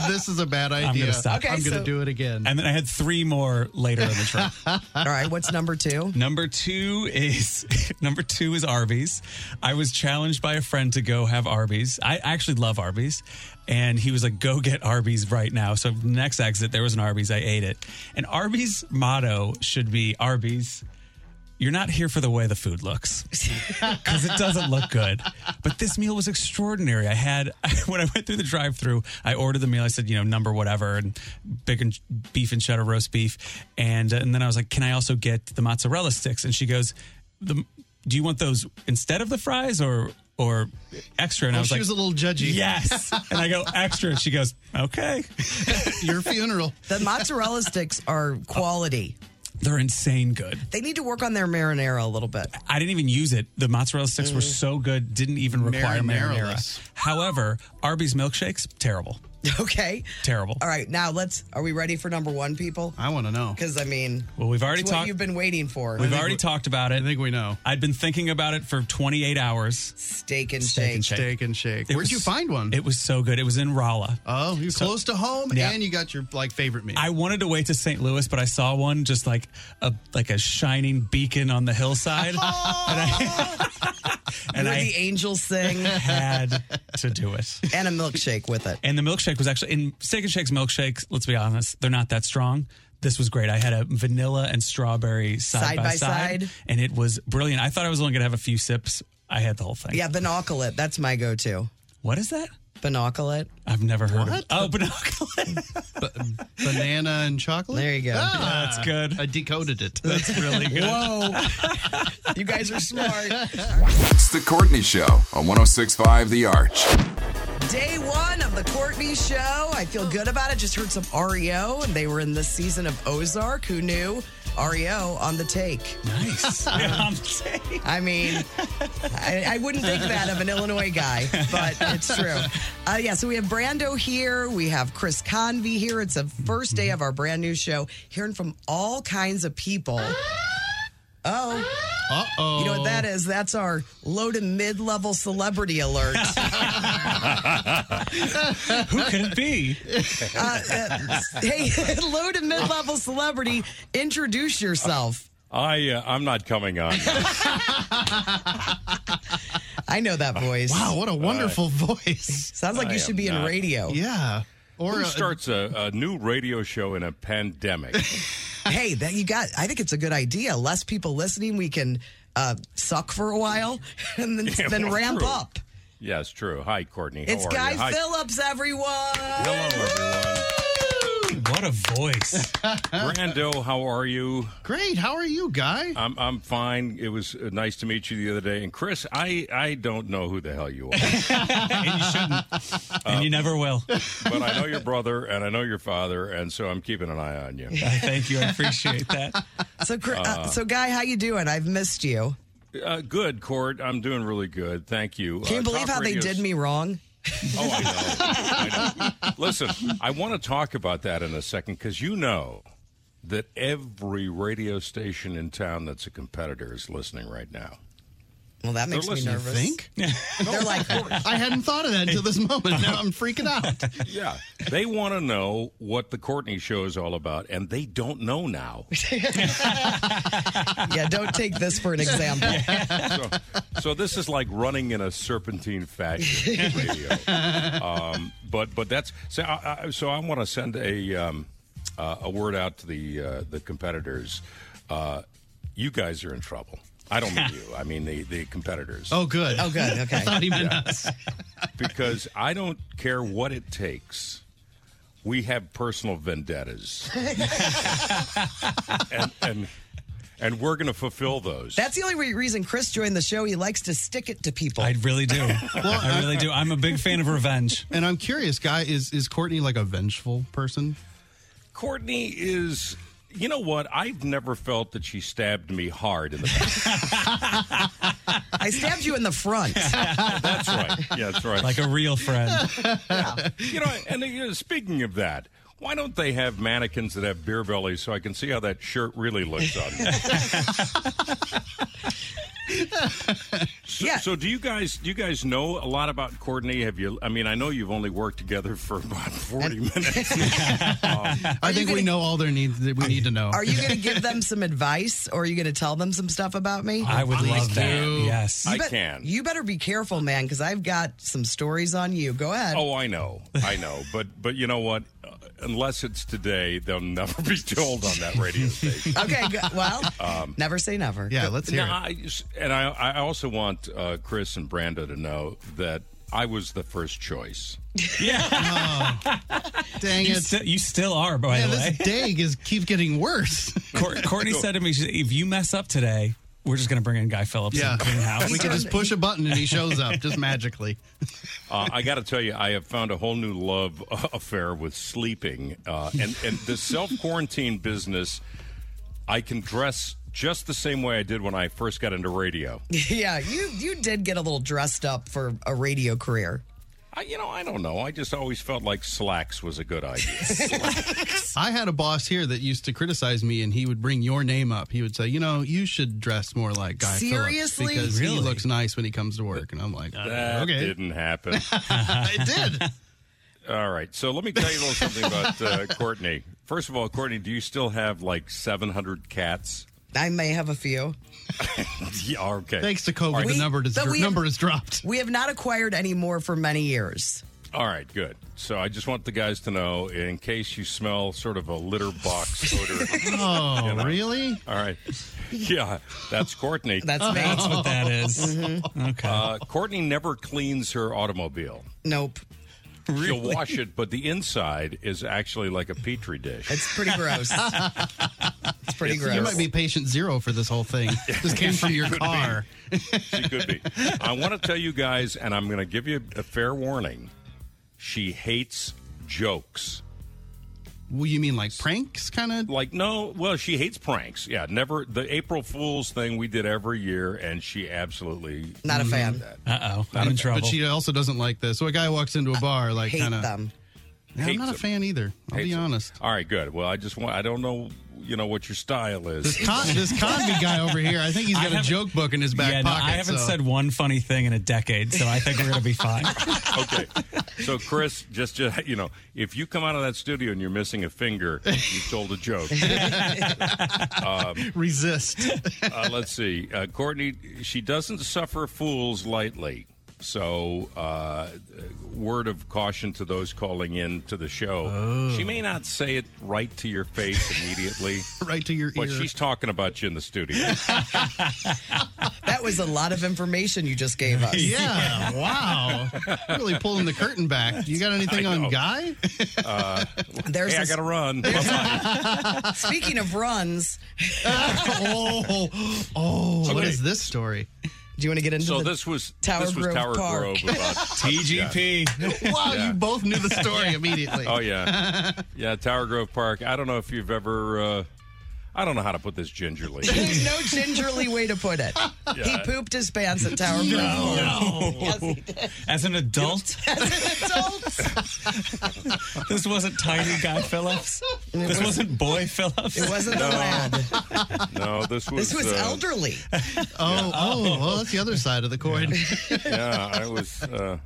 This is a bad idea. gonna stop. Okay, I'm going to so- do it again. And then I had three more later in the trip. All right, what's number two? Number two is number two is Arby's. I was challenged by a friend to go have Arby's. I actually love Arby's, and he was like, "Go get Arby's right now." So next exit, there was an Arby's. I ate it, and Arby's motto should be Arby's. You're not here for the way the food looks because it doesn't look good. But this meal was extraordinary. I had, when I went through the drive through, I ordered the meal. I said, you know, number whatever, and big and beef and cheddar roast beef. And, uh, and then I was like, can I also get the mozzarella sticks? And she goes, the, do you want those instead of the fries or, or extra? And I Oh, was she like, was a little judgy. yes. and I go, extra. And she goes, okay. Your funeral. The mozzarella sticks are quality. They're insane good. They need to work on their marinara a little bit. I didn't even use it. The mozzarella sticks Mm. were so good, didn't even require Marinara-less. marinara. However, Arby's milkshakes, terrible. Okay. Terrible. All right, now let's, are we ready for number one, people? I want to know. Because, I mean, Well, we've already it's what talked. you've been waiting for. We've already talked about it. I think we know. I'd been thinking about it for 28 hours. Steak and Steak shake. and shake. Steak and shake. It Where'd was- you find one? It was so good. It was in Rolla. oh, you're close to home, Yeah. and you got your like favorite meal. I wanted to wait to St. Louis, but I saw one just like a like a shining beacon on the hillside. and I, and Heard I the angels sing had to do it. and a milkshake with it. And the milkshake was actually in Steak and Shake's milkshakes. Let's be honest, they're not that strong. This was great. I had a vanilla and strawberry side, Side by, by side, side. and it was brilliant. I thought I was only going to have a few sips. I had the whole thing. Yeah, binoculate. That's my go-to. What is that? Binoculate. I've never heard of. What? Oh, binoculars. Banana and chocolate. Ah. There you go. That's good. I decoded it. That's really good. You guys are smart. It's the Courtney Show on 1065 The Arch. Day one of the Courtney Show. I feel good about it. Just heard some REO, and they were in this season of Ozark. Who knew? REO on the take. Nice. Yeah, I'm saying. I mean, I, I wouldn't think that of an Illinois guy, but it's true. Uh, yeah, so we have Brando here. We have Chris Convey here. It's the first day of our brand new show, hearing from all kinds of people. Oh. Uh oh. You know what that is? That's our low to mid level celebrity alert. Who could it be? Uh, uh, hey, low to mid level celebrity, introduce yourself. I uh, I'm not coming on. I know that voice. Wow, what a wonderful voice. Sounds like I you should am be in not. radio. Yeah. Or uh, Who a- starts a, a new radio show in a pandemic? Hey, that you got. I think it's a good idea. Less people listening, we can uh, suck for a while and then, Yeah, then well, ramp true. up. yes, true. Hi, Courtney. How It's are Guy you? Hi. Phillips, everyone. Hello, What a voice. everyone. Brando, how are you? great. How are you, guy? I'm I'm fine. It was uh, nice to meet you the other day. And Chris, I I don't know who the hell you are, And you shouldn't. and you never will. but I know your brother and I know your father, and so I'm keeping an eye on you. I thank you. I appreciate that. So, Cr- uh, so Guy, how you doing? I've missed you. Uh, good, Court. I'm doing really good. Thank you. Can you Uh, believe Top how they Radio's- did me wrong? Oh, I know. I know. Listen, I want to talk about that in a second because you know that every radio station in town that's a competitor is listening right now. Well, that makes me listening, nervous. Think? They're like, I hadn't thought of that until this moment. Now I'm freaking out. Yeah. They want to know what the Courtney show is all about, and they don't know now. yeah, don't take this for an example. So, so this is like running in a serpentine fashion radio. Um, but but that's so. I, I, so I want to send a um, uh, a word out to the uh, the competitors. Uh, you guys are in trouble. I don't mean you. I mean the the competitors. Oh, good. Oh, good. Okay. Not even us. because I don't care what it takes. We have personal vendettas, and, and and we're going to fulfill those. That's the only re- reason Chris joined the show. He likes to stick it to people. I really do. I really do. I'm a big fan of revenge. And I'm curious, guy, is is Courtney like a vengeful person? Courtney is. You know what? I've never felt that she stabbed me hard in the back. I stabbed you in the front. That's right. Yeah, that's right. Like a real friend. you know, and you know, speaking of that, why don't they have mannequins that have beer bellies so I can see how that shirt really looks on me? so, Yeah. so do you guys do you guys know a lot about Courtney? Have you? I mean, I know you've only worked together for about forty minutes. I think we know all their needs that we need to know. Are you going to give them some advice or are you going to tell them some stuff about me? I would love that. do. Yes. I bet- can. You better be careful, man, because I've got some stories on you. Go ahead. oh, I know, I know, but but you know what? Uh, Unless it's today, they'll never be told on that radio station. Okay. Good. Well, never say never. yeah, let's hear No, it. I just- and I, I also want uh, Chris and Brando to know that I was the first choice. Dang You, it. sti- you still are, by Man, the this way. day is keeps getting worse. Cour- Courtney said to me, she said, if you mess up today, we're just going to bring in Guy Phillips and clean house. we can just push a button and he shows up just magically. Uh, I got to tell you, I have found a whole new love uh, affair with sleeping, uh, and and the self quarantine business. I can dress just the same way I did when I first got into radio. Yeah. You you did get a little dressed up for a radio career. I, you know, I don't know. I just always felt like slacks was a good idea. I had a boss here that used to criticize me, and he would bring your name up. He would say, "You know, you should dress more like Guy Seriously? Phillips because Really? he looks nice when he comes to work." And I'm like, That "Okay, didn't happen. it did." All right, so let me tell you a little something about uh, Courtney. First of all, Courtney, do you still have like seven hundred cats? I may have a few. Yeah, okay. Thanks to COVID, We- the number is but dro- we- number is dropped. We have not acquired any more for many years. All right, good. So I just want the guys to know, in case you smell sort of a litter box odor. Oh, you know. really? All right. Yeah, that's Courtney. That's Oh. me. That's what that is. Mm-hmm. Okay. uh, Courtney never cleans her automobile. nope. She'll wash it, but the inside is actually like a petri dish. It's pretty gross. it's pretty It's- gross. You might be patient zero for this whole thing. This came from your Could be. car. She could be. I want to tell you guys, and I'm going to give you a fair warning. She hates jokes. Well, you mean like pranks, kind of? Like, no, well, she hates pranks. Yeah, never. The April Fool's thing we did every year, and she absolutely not a fan. Uh oh. I'm in trouble. But she also doesn't like this. So a guy walks into a bar, like Hate kind of. them. I'm Hates not a them. fan either. I'll be hates it. honest. All right, good. Well, I just want, I don't know, you know, what your style This is. con, this Conby guy over here, I think he's I got a haven't- joke book in his back yeah, no, pocket. I haven't so- said one funny thing in a decade, so I think we're gonna be fine. okay. So, Chris, just, just, you know, if you come out of that studio and you're missing a finger, you told a joke. resist. uh, let's see. Uh, Courtney, she doesn't suffer fools lightly. So, uh, word of caution to those calling in to the show. She may not say it right to your face immediately, right to your but ear. she's talking about you in the studio. That was a lot of information you just gave us. yeah, wow. Really pulling the curtain back. You got anything I know. on Guy? There's hey, I a- got to run. Bye-bye. speaking of runs. oh, oh what Okay. is this story? Do you want to get into so the this was Tower this was Grove Tower Park. Grove about TGP. Wow, Yeah. you both knew the story immediately. Oh yeah, yeah. Tower Grove Park. I don't know if you've ever. Uh, I don't know how to put this gingerly. There's no gingerly way to put it. He pooped his pants at Tower Grove. Oh. As an adult, this wasn't tiny guy Phillips. This wasn't boy Phillips. It wasn't the lad. No, this was. This was uh, elderly. Oh, oh, well, that's the other side of the coin. Yeah, I was. Uh,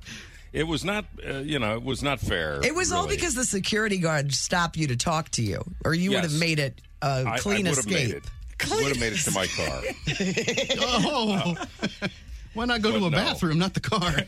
it was not. Uh, you know, it was not fair. It was all really. because the security guard stopped you to talk to you, or you would Yes. have made it a I, clean I would have escape. made it. Would have made it to my car. Oh. Why not go to But a no. bathroom, not the car?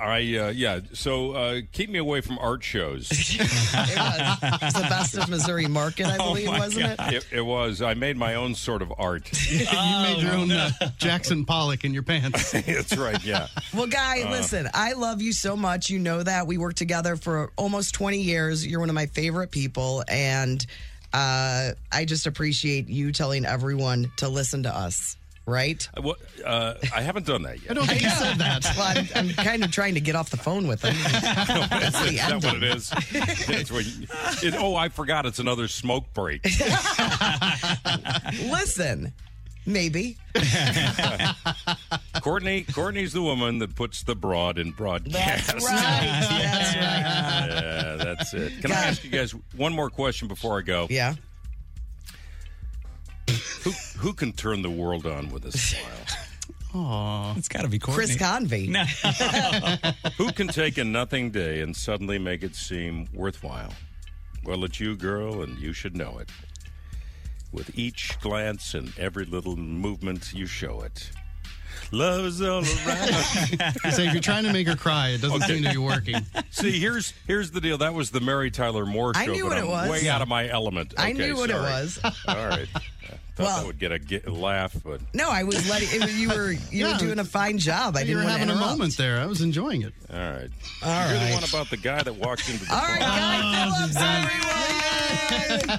I uh, yeah. So uh, keep me away from art shows. It was. It was the best of Missouri market, I Oh believe, wasn't it? it, it was. I made my own sort of art. you made your own uh, Jackson Pollock in your pants. That's right. Yeah. Well, Guy, Uh. listen, I love you so much. You know that. We worked together for almost 20 years. You're one of my favorite people. And uh, I just appreciate you telling everyone to listen to us, right? Well, uh, I haven't done that yet. I don't think you said that. Well, I'm, I'm kind of trying to get off the phone with them. That's the Is that end. what it is? That's what you- it- oh, I forgot. It's another smoke break. Listen, maybe. Courtney, Courtney's the woman that puts the broad in broadcast. That's right. That's right. Yeah, that's it. Can I Yeah. ask you guys one more question before I go? Yeah. Who who can turn the world on with a smile? It's got to be Courtney. Chris Convey. No. who can take a nothing day and suddenly make it seem worthwhile? Well, it's you, girl, and you should know it. With each glance and every little movement, you show it. Love is all around. So if you're trying to make her cry, it doesn't seem to be working. See, here's here's the deal. That was the Mary Tyler Moore show. I knew but what I'm it was. Way out of my element. I Okay, knew what it sorry. was. All right. I thought Well- that would get a get, laugh, but No, I was letting it, was- you were you Yeah. were doing a fine job. I You didn't were want to having a interrupt. moment there. I was enjoying it. all right. All You're the right. one about the guy that walked into the All right, bar. Guy Phillips, everyone.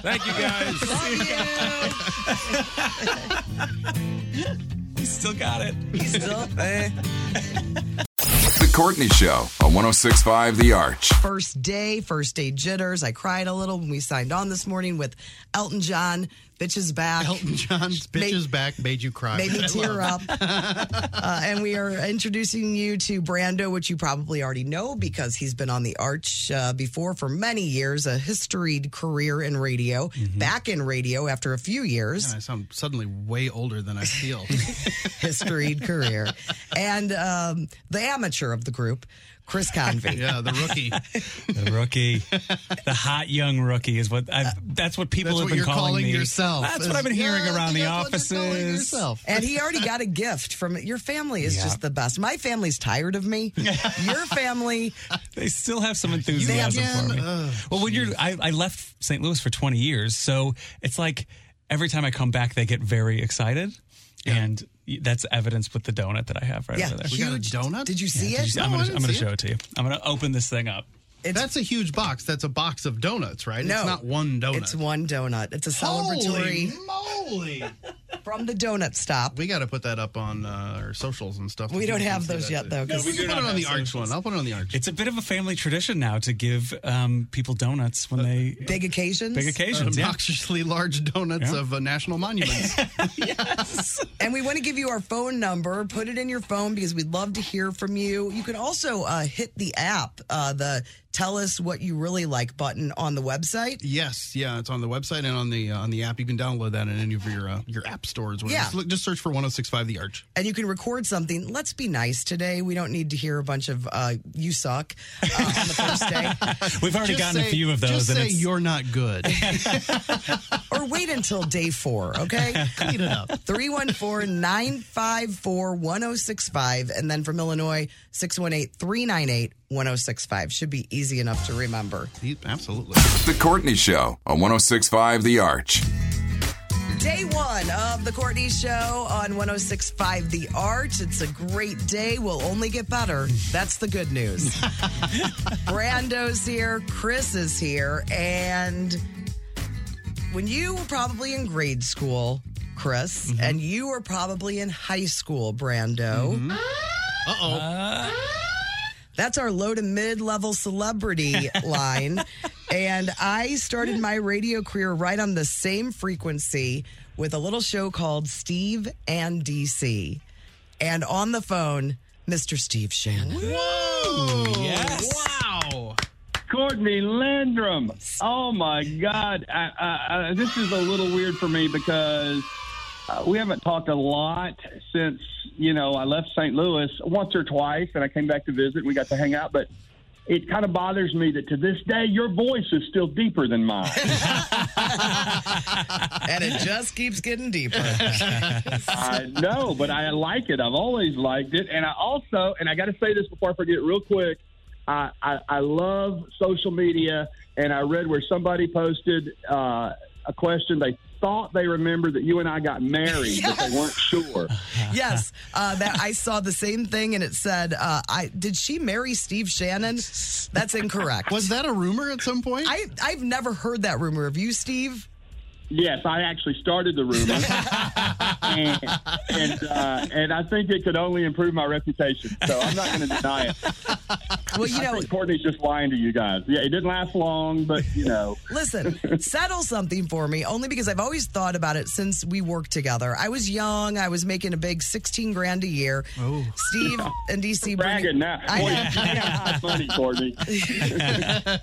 Ah, Thank you guys. You still got it. He's still eh. The Courtney Show on 1065 The Arch. first day, first day jitters. I cried a little when we signed on this morning with Elton John, bitches back. Elton John's Made- bitches back made you cry. Made me tear up. Uh, and we are introducing you to Brando, which you probably already know because he's been on the arch uh, before for many years, a historied career in radio, back in radio after a few years. I sound suddenly way older than I feel. historied career and um, the amateur of the group. Chris Convey. Yeah, the rookie. The rookie, the hot young rookie is what I've, that's what people That's have what been you're calling, calling me. yourself. That's what I've been hearing Yeah, around the that's what you're calling offices. yourself. And he already got a gift from your family is Yeah. just the best. My family's tired of me. Your family, They still have some enthusiasm again? for me. Ugh, well, when you're, I, I left St. Louis for 20 years, so it's like every time I come back, they get very excited, and that's evidence with the donut that I have right Yeah. over there. We got a donut? did you see Did it? you- I'm No, I gonna, didn't I'm gonna see show it to you. I'm gonna open this thing up. That's a huge box. That's a box of donuts, right? No. It's not one donut. It's one donut. It's a Holy celebratory moly. from the donut stop. we got to put that up on uh, our socials and stuff. We don't People can have see those that, yet too. though. 'cause- We can put it on the arch one. I'll put it on the arch. It's a bit of a family tradition now to give um, people donuts Uh, when they big occasions. big occasions. yeah. Obnoxiously large donuts Yeah. of uh, national monuments. And we want to give you our phone number. Put it in your phone because we'd love to hear from you. You can also uh, hit the app, uh, the tell us what you really like button on the website. yes, yeah, it's on the website and on the uh, on the app. You can download that in any of your uh, your app stores. Yeah. Just, look, just search for 1065 The Arch. And you can record something. Let's be nice today. We don't need to hear a bunch of uh, you suck uh, on the first day. We've already Just gotten say- a few of those. Just and say it's, you're not good. or wait until day four, okay? Clean it up. 314 954 1065. And then from Illinois, 618 398 1065. Should be easy enough to remember. Absolutely. The Courtney Show on 1065 The Arch. Day one of the Courtney Show on 1065 The Arch. It's a great day. We'll only get better. That's the good news. Brando's here, Chris is here, and when you were probably in grade school, Chris, and you were probably in high school, Brando. That's our low to mid level celebrity line. And I started my radio career right on the same frequency with a little show called Steve and DC. And on the phone, Mr. Steve Shannon. yes. Wow. Courtney Landrum. Oh my God, I, I, I, this is a little weird for me because uh, we haven't talked a lot since you know I left St. Louis once or twice, and I came back to visit. and We got to hang out, but it kind of bothers me that to this day your voice is still deeper than mine. And it just keeps getting deeper. I know, but I like it. I've always liked it, and I also, and I got to say this before I forget, it real quick. I, I I love social media, and I read where somebody posted uh, a question. They thought they remembered that you and I got married, but they weren't sure. yes. Uh, that I saw the same thing and it said, uh, I did she marry Steve Shannon? That's incorrect. Was that a rumor at some point? I, I've never heard that rumor of you, Steve. Yes, I actually started the rumor, and and, uh, and I think it could only improve my reputation. So I'm not going to deny it. Well, you I know, think Courtney's just lying to you guys. Yeah, it didn't last long, but you know. Listen, settle something for me, only because I've always thought about it since we worked together. I was young. I was making a big 16 grand a year. Steve and DC bragging bringing, now. I Boy, know. you got high money, Courtney.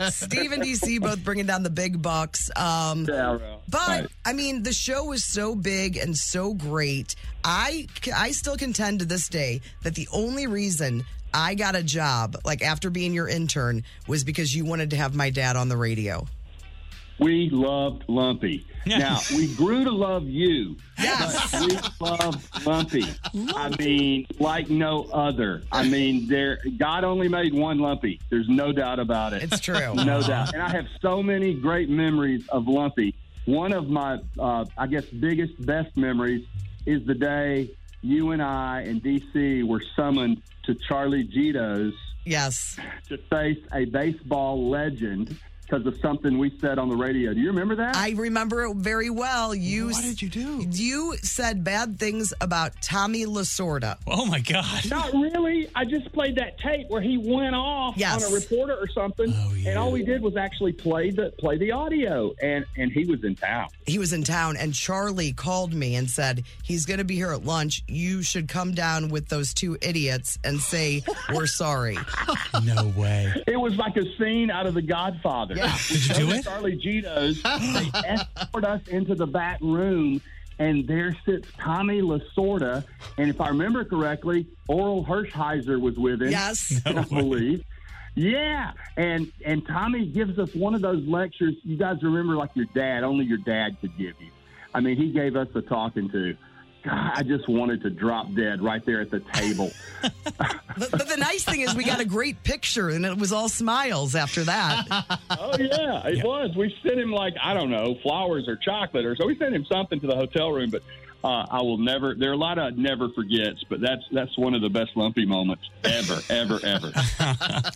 Steve and DC both bringing down the big bucks. Um, But Right. I mean, the show was so big and so great. I I still contend to this day that the only reason I got a job, like after being your intern, was because you wanted to have my dad on the radio. we loved Lumpy. Now we grew to love you. But we loved Lumpy. I mean, like no other. I mean, there God only made one Lumpy. There's no doubt about it. It's true. No doubt. And I have so many great memories of Lumpy. One of my, uh, I guess, biggest, best memories is the day you and I and DC were summoned to Charlie Gito's Yes. to face a baseball legend because of something we said on the radio. Do you remember that? I remember it very well. You what did you do? You said bad things about Tommy Lasorda. Oh my God. Not really. I just played that tape where he went off Yes. on a reporter or something, Oh, yeah. and all we did was actually play the play the audio, and and he was in town. He was in town, and Charlie called me and said he's going to be here at lunch. You should come down with those two idiots and say we're sorry. No way. It was like a scene out of The Godfather. Yeah. Did you do it? Charlie Gito's. they escort us into the back room, and there sits Tommy Lasorda. And if I remember correctly, Oral Hershiser was with him. Yes. I believe. Yeah, and and Tommy gives us one of those lectures. You guys remember, like your dad. Only your dad could give you. I mean, he gave us a talking to. God, I just wanted to drop dead right there at the table. But, but the nice thing is, we got a great picture, and it was all smiles after that. oh yeah, it was. We sent him like I don't know flowers or chocolate or so. We sent him something to the hotel room, but uh, I will never. There are a lot of never forgets, but that's that's one of the best lumpy moments ever, ever, ever.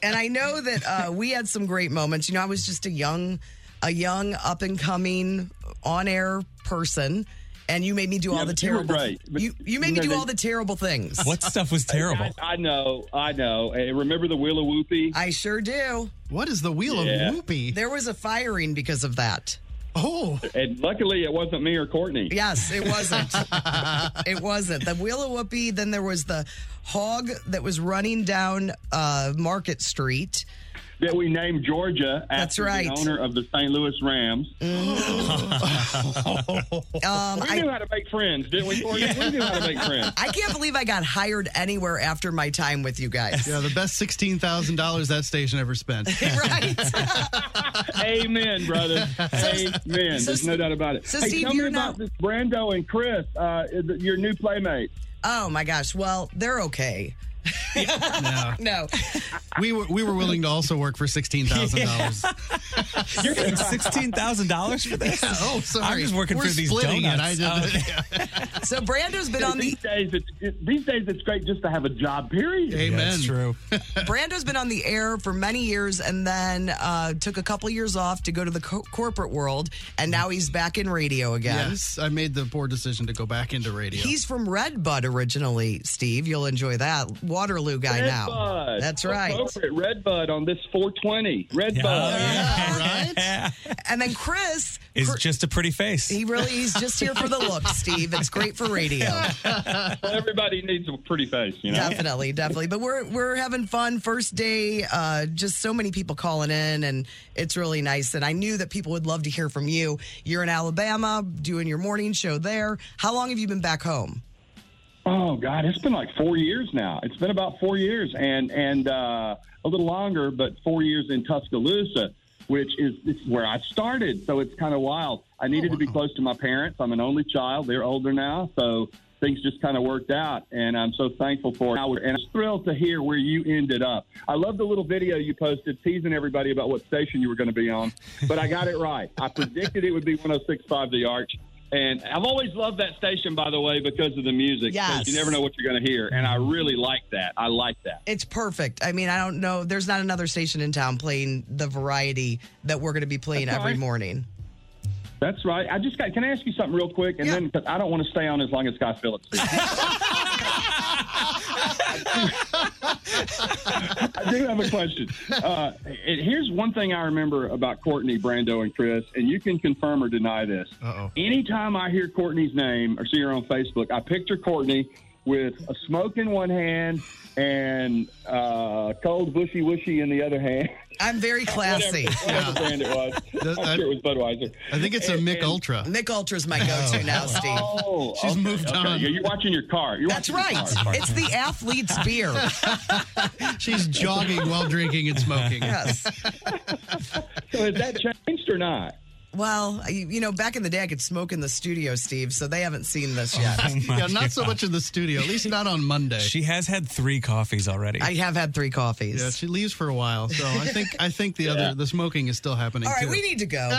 and I know that uh, we had some great moments. You know, I was just a young, a young up and coming on air person, and you made me do all Yeah, the but you were terrible. right. But, You you made you me know, do they- all the terrible things. What stuff was terrible? I know, I know. Hey, remember the Willa Whoopie? I sure do. What is the wheel Yeah. of whoopee? There was a firing because of that. Oh, And luckily, it wasn't me or Courtney. Yes, it wasn't. it wasn't. The wheel of whoopee, then there was the hog that was running down uh, Market Street. That we named Georgia after That's right. the owner of the St. Louis Rams. Um, We I, knew how to make friends, didn't we, Courtney? We knew how to make friends. I can't believe I got hired anywhere after my time with you guys. yeah, the best sixteen thousand dollars that station ever spent. Right? Amen, brother. Amen. There's no doubt about it. so hey, Steve, tell me you're not- about this Brando and Chris, uh, your new playmates. oh my gosh. Well, they're okay. no. we were we were willing to also work for sixteen thousand dollars. You're getting sixteen thousand dollars for this? Oh, sorry, I'm just working we're for these splitting donuts. It. I Oh, did So Brando's been on the These days, it's, it, these days, it's great just to have a job. Period. Amen. That's true. Brando's been on the air for many years and then uh, took a couple years off to go to the co- corporate world and now he's back in radio again. Yes, I made the poor decision to go back into radio. He's from Redbud originally, Steve. You'll enjoy that. Waterloo guy now. Redbud. That's right. Appropriate Redbud on this 420. Redbud. uh, yeah. And then Chris, It's Chr- just a pretty face. he really he's just here for the look, Steve. It's great for radio. Everybody needs a pretty face, you know. Definitely, definitely. But we're we're having fun. First day, uh, just so many people calling in, and it's really nice. And I knew that people would love to hear from you. You're in Alabama doing your morning show there. How long have you been back home? Oh God, it's been like four years now. It's been about four years, and and uh, a little longer, but four years in Tuscaloosa, which is, this is where I started. So it's kind of wild. I needed to be close to my parents. I'm an only child. They're older now, so things just kind of worked out, and I'm so thankful for it. I was- And I'm thrilled to hear where you ended up. I love the little video you posted teasing everybody about what station you were going to be on, but I got it right. I predicted it would be 106.5 The Arch. And I've always loved that station, by the way, because of the music. 'cause Yes. You never know what you're going to hear. And I really like that. I like that. It's perfect. I mean, I don't know. There's not another station in town playing the variety that we're going to be playing That's all every right. morning. That's right. I just got, can I ask you something real quick? And Yeah. then, because I don't want to stay on as long as Scott Phillips. is. I do have a question. Uh, and here's one thing I remember about Courtney, Brando, and Chris, and you can confirm or deny this. Uh-oh. Anytime I hear Courtney's name or see her on Facebook, I picture Courtney with a smoke in one hand and uh, cold bushy wushy in the other hand. I'm very classy. Whatever brand it was. The- I'm sure it was Budweiser. I think it's a And- Mick and- Ultra. Nick Ultra's my go-to now, Steve. Oh, She's okay, moved okay. on. Yeah, you're watching your car. You're That's watching right. your car. It's the athlete's beer. She's jogging while drinking and smoking. Yes. So has that changed or not? Well, you, you know, back in the day, I could smoke in the studio, Steve. So they haven't seen this yet. Yeah, not so much in the studio. At least not on Monday. Oh She has had three coffees already. I have had three coffees. yeah, she leaves for a while, so I think I think the other the smoking is still happening. All right, too. we need to go.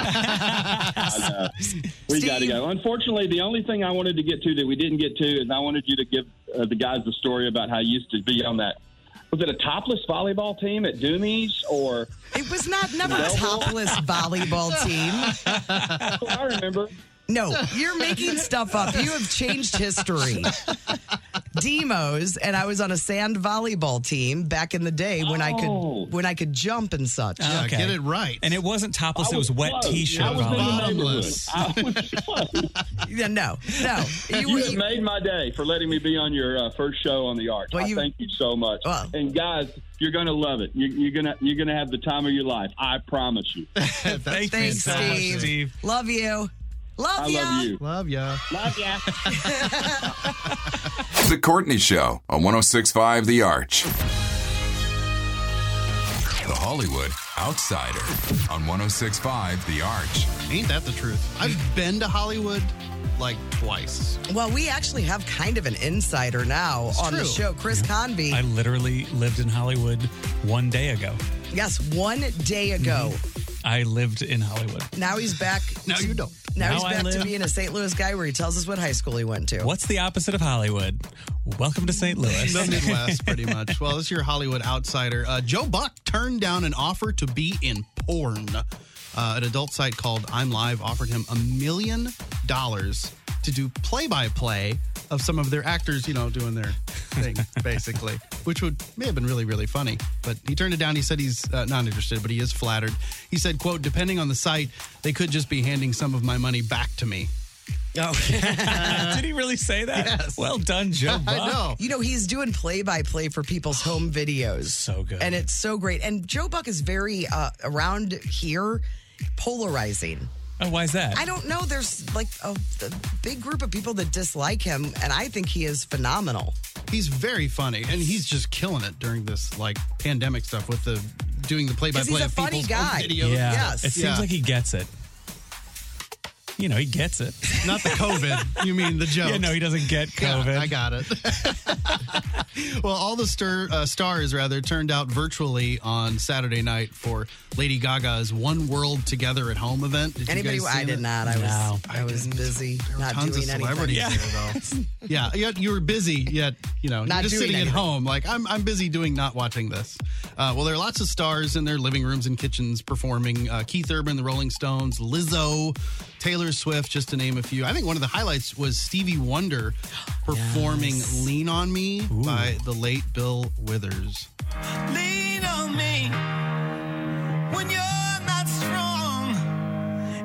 We Steve. got to go. Unfortunately, the only thing I wanted to get to that we didn't get to is I wanted you to give uh, the guys the story about how you used to be on that. Was it a topless volleyball team at Doomey's or? It was not never a topless volleyball team. That's what I remember. No, you're making stuff up. You have changed history. Demos, and I was on a sand volleyball team back in the day when I Oh. could when I could jump and such. Yeah, Okay. get it right. and it wasn't topless, I it was wet close. t-shirt. I was in the volleyball. Bottomless. neighborhood. I was close. Yeah, no, no. You, You were- have made my day for letting me be on your uh, first show on the Arch. Well, I you- thank you so much. Well- and guys, you're gonna love it. You, you're gonna you're gonna have the time of your life. I promise you. That's thanks, so much, Steve. Steve. Love you. Love I ya. love you. Love ya. Love ya. oh The Courtney Show on 1065 The Arch. The Hollywood Outsider on 1065 The Arch. Ain't that the truth? I've been to Hollywood like twice. Well, we actually have kind of an insider now It's on the true. show, Chris Convey. I literally lived in Hollywood one day ago. yes, one day ago. I lived in Hollywood. Now he's back. Now you don't. Now, Now he's I back to live- being a St. Louis guy where he tells us what high school he went to. What's the opposite of Hollywood? Welcome to St. Louis. The Midwest, pretty much. Well, this is your Hollywood outsider. Uh, Joe Buck turned down an offer to be in porn. Uh, an adult site called I'm Live offered him a million dollars to do play by play of some of their actors, you know, doing their thing, basically, which would may have been really, really funny. But he turned it down. He said he's uh, not interested, but he is flattered. He said, quote, depending on the site, they could just be handing some of my money back to me. Did he really say that? Well done, Joe. I Buck. know. You know, he's doing play by play for people's home videos. So good. And it's so great. And Joe Buck is very, uh, around here, polarizing. Oh, why is that? I don't know. There's like a, a big group of people that dislike him, and I think he is phenomenal. He's very funny, and he's just killing it during this like pandemic stuff with the doing the play by 'Cause he's play a of funny people's guy. old videos. yeah. yes. It seems Yeah. like he gets it. You know, he gets it. Not the COVID. you mean the joke? Yeah, no, he doesn't get COVID. I got it. well, all the stir, uh, stars rather turned out virtually on Saturday night for Lady Gaga's One World Together at Home event. Did you Anybody? guys see I that? did not. I was. No. I was busy, not Tons doing of anything. celebrities there, though. yeah, yet you were busy, yet you know, Not you're just doing sitting anything. at home. Like I'm, I'm busy doing not watching this. Uh, well, there are lots of stars in their living rooms and kitchens performing. Uh, Keith Urban, the Rolling Stones, Lizzo, Taylor Swift, just to name a few. I think one of the highlights was Stevie Wonder performing "Lean on Me" by the late Bill Withers. Lean on me when you're not strong,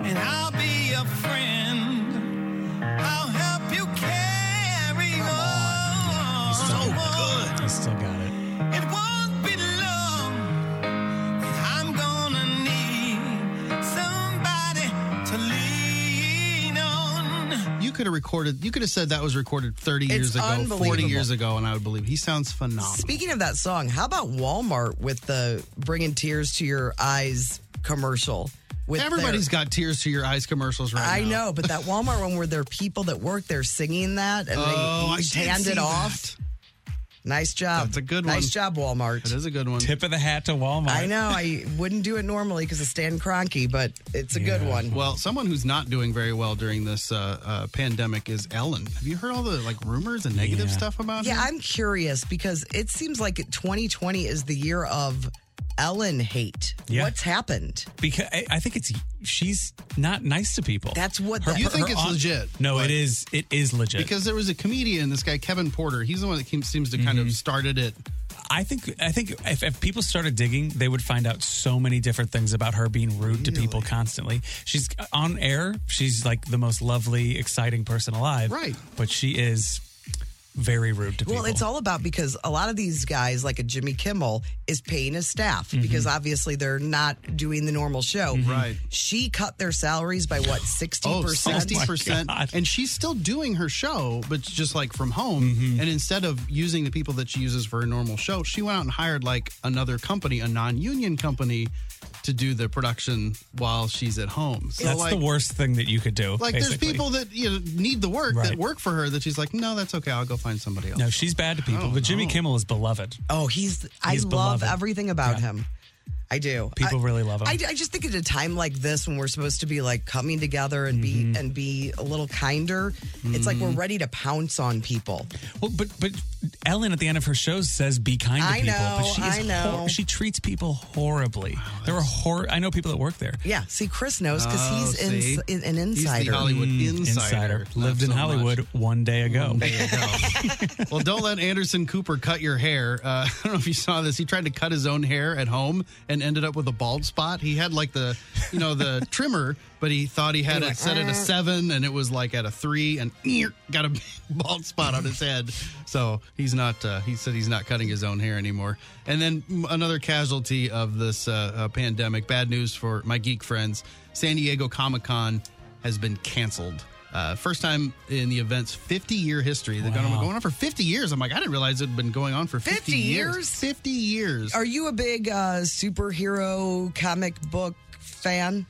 and I'll be a friend. I'll help you carry on. He's still got it. He's still got it. It won't be long. I'm gonna need somebody to lean on. You could have recorded. You could have said that was recorded 30 It's years ago, 40 unbelievable. years ago, and I would believe. He sounds phenomenal. Speaking of that song, how about Walmart with the "Bringing Tears to Your Eyes" commercial? With Everybody's their- got tears to your eyes commercials right I now. know, but that Walmart one where there are people that work there singing that and Oh, I they each did hand see it off. that. Nice job. That's a good Nice one. job, That Walmart. is a good one. Tip of the hat to Walmart. I know. I wouldn't do it normally because of Stan Kroenke, but it's a good one. Well, someone who's not doing very well during this uh, uh, pandemic is Ellen. Have you heard all the like rumors and negative Yeah. stuff about Yeah, her? I'm curious because it seems like 2020 is the year of Ellen hate. Yeah. What's happened? because I, I think it's she's not nice to people. That's what the- You think her it's aunt- legit, No, but- it is. It is legit. Because there was a comedian, this guy Kevin Porter. He's the one that came, seems to Mm-hmm. kind of started it. I think I think if, if people started digging, they would find out so many different things about her being rude to people constantly. She's on air. She's like the most lovely, exciting person alive. Right. But she is very rude to people. Well, it's all about because a lot of these guys, like a Jimmy Kimmel, is paying his staff because obviously they're not doing the normal show. Mm-hmm. Right. She cut their salaries by what, 60%? Oh, 60%. Oh my God. and she's still doing her show, but just like from home. Mm-hmm. And instead of using the people that she uses for her normal show, she went out and hired like another company, a non union company, to do the production while she's at home. So, that's like, the worst thing that you could do. Like basically. there's people that you know, need the work that Right. work for her that she's like, no, that's okay. I'll go find somebody else. No, she's bad to people. don't But Jimmy know. Kimmel is beloved. Oh, he's, I He's love beloved. everything about him. I do. People I- really love him. I, I just think at a time like this when we're supposed to be like coming together and be and be a little kinder, it's like we're ready to pounce on people. Well, but but Ellen at the end of her show says be kind to I people. know, but she is I know. hor- she treats people horribly. there are hor- I know people that work there. Yeah, see, Chris knows because Oh, he's in, see? in, an He's insider. the Hollywood Mm, Insider, insider. Not lived in so much. Hollywood one day ago. well, don't let Anderson Cooper cut your hair. Uh, I don't know if you saw this. He tried to cut his own hair at home and ended up with a bald spot. He had like the, you know, the trimmer, but he thought he had it set at a seven, and it was like at a three, and eer, got a big bald spot on his head. So he's not. Uh, he said he's not cutting his own hair anymore. And then mm, another casualty of this uh, uh, pandemic. Bad news for my geek friends. San Diego Comic Con has been canceled. Uh, Uh, first time in the event's 50 year history. They've been Wow. going on for 50 years. I'm like, I didn't realize it had been going on for 50, 50 years? 50 years. Are you a big uh, superhero comic book fan?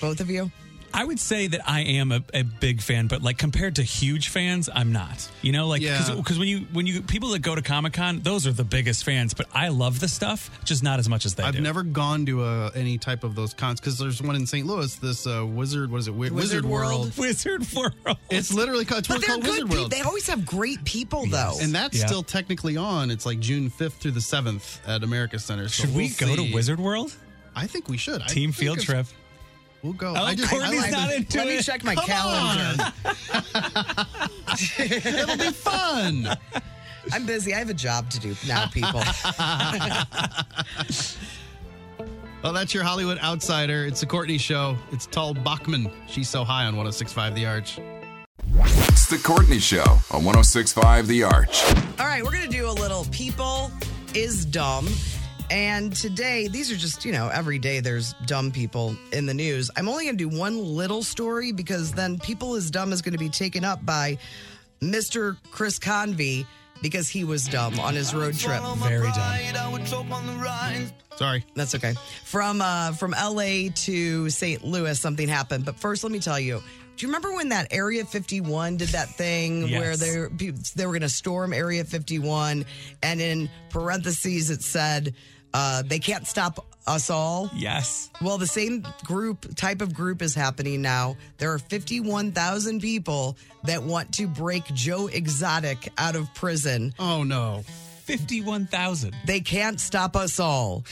Both of you? I would say that I am a, a big fan, but like compared to huge fans, I'm not. You know, like because Yeah. when you when you people that go to Comic Con, those are the biggest fans. But I love the stuff, just not as much as they I've do. never gone to uh, any type of those cons because there's one in St. Louis. This uh, Wizard, what is it? Wi- Wizard World. Wizard World. It's literally called, it's But they're called good Wizard people. World. They always have great people, though. And that's still technically on. It's like June 5th through the 7th at America Center. So Should we we'll go to see. Wizard World? I think we should. I Team think field it's- trip. We'll go. Oh, Courtney's the- not into Let me it. check my Come calendar. It'll be fun. I'm busy. I have a job to do now, people. Well, that's your Hollywood outsider. It's the Courtney Show. It's Tal Bachman. She's so high on 1065 The Arch. It's the Courtney Show on 1065 The Arch. All right, we're going to do a little people is dumb. And today, these are just, you know, every day there's dumb people in the news. I'm only going to do one little story because then people is dumb is going to be taken up by Mr. Chris Convey because he was dumb on his road trip. Very dumb. Sorry. That's okay. From uh, from LA to St. Louis, something happened. But first, let me tell you. Do you remember when that Area 51 did that thing Yes. where they were- pe- they were going to storm Area 51, and in parentheses it said uh, they can't stop us all. Yes. Well, the same group type of group is happening now. There are 51,000 people that want to break Joe Exotic out of prison. Oh, no. 51,000. They can't stop us all.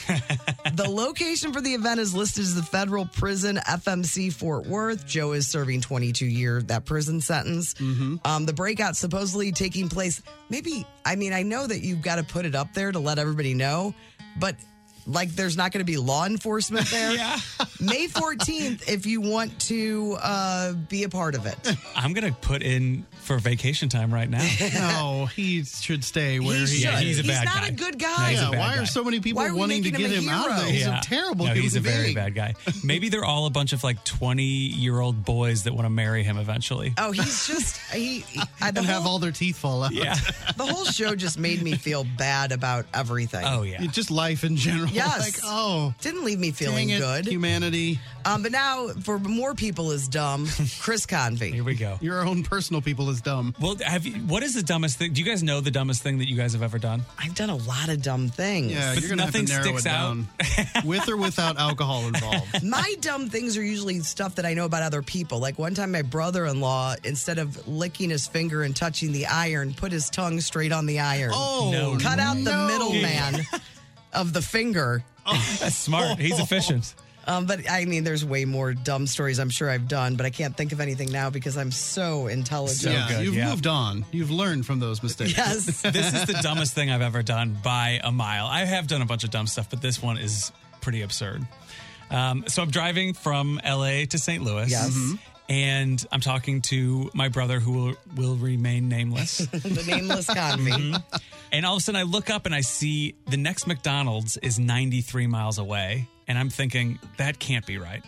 the location for the event is listed as the federal prison FMC Fort Worth. Joe is serving 22 year that prison sentence. Mm-hmm. Um, the breakout supposedly taking place. Maybe I mean I know that you've got to put it up there to let everybody know, but like there's not going to be law enforcement there. Yeah. May 14th if you want to uh, be a part of it. I'm going to put in for vacation time right now. No, he should stay where he, He is. should. Yeah, he's a bad not guy. a good No, guy. he's a Yeah, bad why guy. are so many people Why are we wanting to making get him a him, out of there? hero? He's Yeah. a terrible No, human he's a very being. bad guy. Maybe they're all a bunch of like 20 year old boys that want to marry him eventually. Oh, he's just he. he I, the And have whole- all their teeth fall out. Yeah. The whole show just made me feel bad about everything. Oh, yeah. It's Just life in general. Yes. Like, oh, Didn't leave me feeling dang it, good. humanity. Um, but now, for more people is dumb, Chris Convey. Here we go. Your own personal people is dumb. Well, have you, what is the dumbest thing? Do you guys know the dumbest thing that you guys have ever done? I've done a lot of dumb things. Yeah, But you're gonna have to nothing narrow sticks it down, with or without alcohol involved. My dumb things are usually stuff that I know about other people. Like one time, my brother in law, instead of licking his finger and touching the iron, put his tongue straight on the iron. Oh, No. Cut out the no. middleman of the finger. That's smart. He's efficient. Um, but I mean, there's way more dumb stories I'm sure I've done, but I can't think of anything now because I'm so intelligent. yeah, good, you've yeah. moved on. You've learned from those mistakes. Yes. This is the dumbest thing I've ever done by a mile. I have done a bunch of dumb stuff, but this one is pretty absurd. Um, so I'm driving from LA to St. Louis. Yes. And I'm talking to my brother who will, will remain nameless. the nameless convy. Mm-hmm. and all of a sudden I look up and I see the next McDonald's is 93 miles away. And I'm thinking, that can't be right.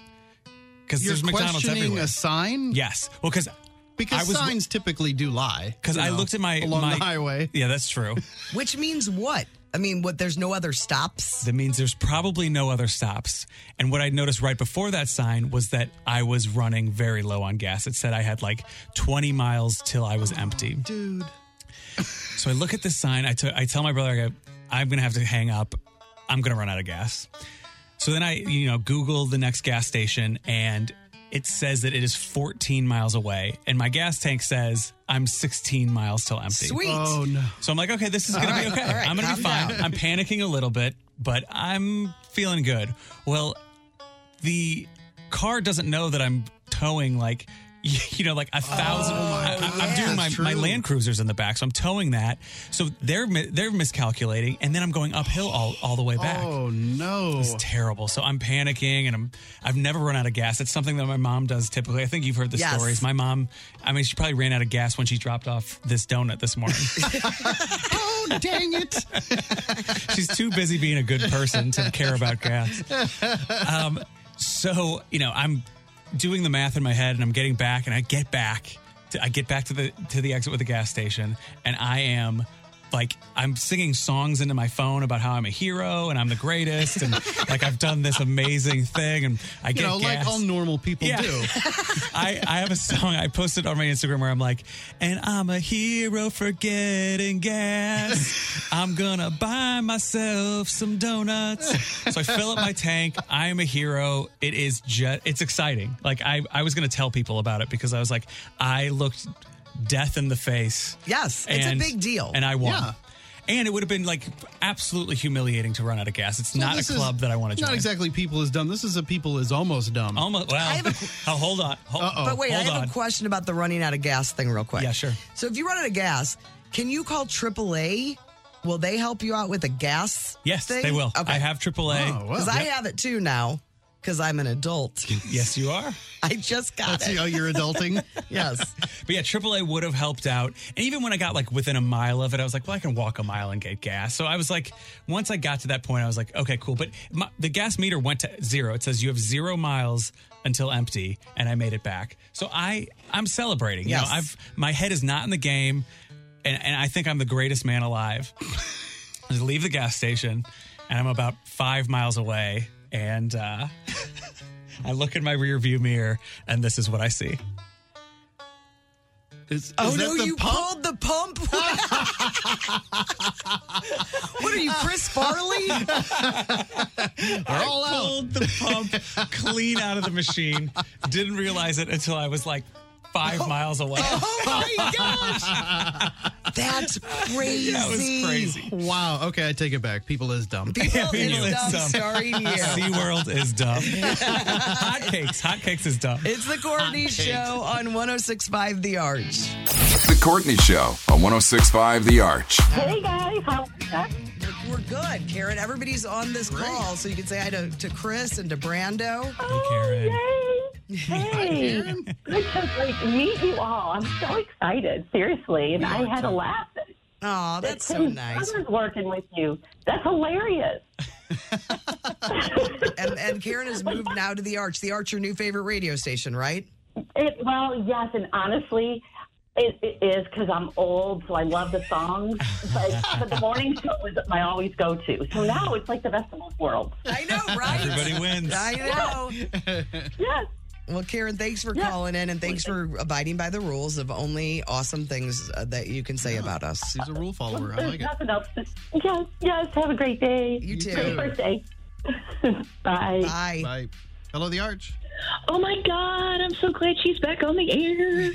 Because You're there's McDonald's questioning everywhere. a sign yes. Well, because because I was- signs typically do lie. Because you I know, looked at my along my, the highway. Yeah, that's true. Which means what? I mean, what? There's no other stops. that means there's probably no other stops. And what I noticed right before that sign was that I was running very low on gas. It said I had like 20 miles till I was empty. Dude, So I look at this sign. I t- I tell my brother, I go, I'm going to have to hang up. I'm going to run out of gas. So then I, you know, Google the next gas station and it says that it is 14 miles away. And my gas tank says I'm 16 miles till empty. Sweet. oh no. So I'm like, okay, this is going to be okay. all right, I'm going to be calm fine. I'm panicking a little bit, but I'm feeling good. Well, the car doesn't know that I'm towing like, you know, like a thousand. Oh I, I- I'm doing my, That's my true. Land Cruisers in the back, so I'm towing that. So they're mi- they're miscalculating, and then I'm going uphill all, all the way back. Oh no. It's terrible. So I'm panicking, and I'm I've never run out of gas. It's something that my mom does typically. I think you've heard the Yes. stories. My mom, I mean, she probably ran out of gas when she dropped off this donut this morning. Oh dang it. She's too busy being a good person to care about gas. Um, so you know, I'm doing the math in my head and I'm getting back and I get back to, I get back to the to the exit with the gas station and I am like I'm singing songs into my phone about how I'm a hero and I'm the greatest and like I've done this amazing thing and I You get know, like gas. all normal people Yeah. do. I, I have a song I posted on my Instagram where I'm like, and I'm a hero for getting gas. I'm gonna buy myself some donuts. So I fill up my tank. I am a hero. It is just, it's exciting. Like I, I was gonna tell people about it because I was like, I looked death in the face. Yes, it's a big deal. And I won. Yeah. And it would have been like absolutely humiliating to run out of gas. It's So not a this is club that I want to join. Not exactly people is dumb. This is a people is almost dumb. Almost. Well, oh, hold on. Hold, but wait, I hold have on. a question about the running out of gas thing, real quick. Yeah, sure. So if you run out of gas, can you call AAA? Will they help you out with a gas? Yes, thing? they will. Okay. I have AAA. Because I have it too now. Because I'm an adult. Yes, you are. I just got it. yes. But yeah, AAA would have helped out. And even when I got like within a mile of it, I was like, well, I can walk a mile and get gas. So I was like, once I got to that point, I was like, okay, cool. But my, the gas meter went to zero. It says you have zero miles until empty, and I made it back. So I I'm celebrating. You Yes. know, I've my head is not in the game, and, and I think I'm the greatest man alive. I leave the gas station, and I'm about five miles away, and uh, I look in my rear view mirror, and this is what I see. Is, Oh is that no, the you pump? pulled the pump. what are you, Chris Farley? I pulled the pump clean out of the machine. Didn't realize it until I was like five miles away. Oh my gosh. That's crazy. That was crazy. Wow. Okay, I take it back. People is dumb. People People is is dumb. dumb. Sorry to you. SeaWorld is dumb. Hotcakes. Hotcakes is dumb. It's the Courtney Show on 1065 The Arch. The Courtney Show on 1065 The Arch. Hey guys, how? We're good, Karen. Everybody's on this call, so you can say hi to, to Chris and to Brando. Hey, Karen. Oh, yay! Hey, good to like, meet you all. I'm so excited, seriously. And I had a laugh. that- Oh, that's that so Tim's nice. brother's working with you. That's hilarious. And, and Karen has moved now to The Arch. The Arch, your new favorite radio station, right? It, well, yes, and honestly, it, it is because I'm old, so I love the songs. But, but the morning show is my always go to. So now it's like the best of both worlds. I know, right? Everybody wins. I know. Yes. Well, Karen, thanks for Yeah. calling in and thanks for abiding by the rules of only awesome things uh, that you can say about us. He's a rule follower. I There's like it. nothing else. To, yes, yes. Have a great day. You Happy too. birthday. Bye. Bye. Bye. Hello, the arch. Oh my God! I'm so glad she's back on the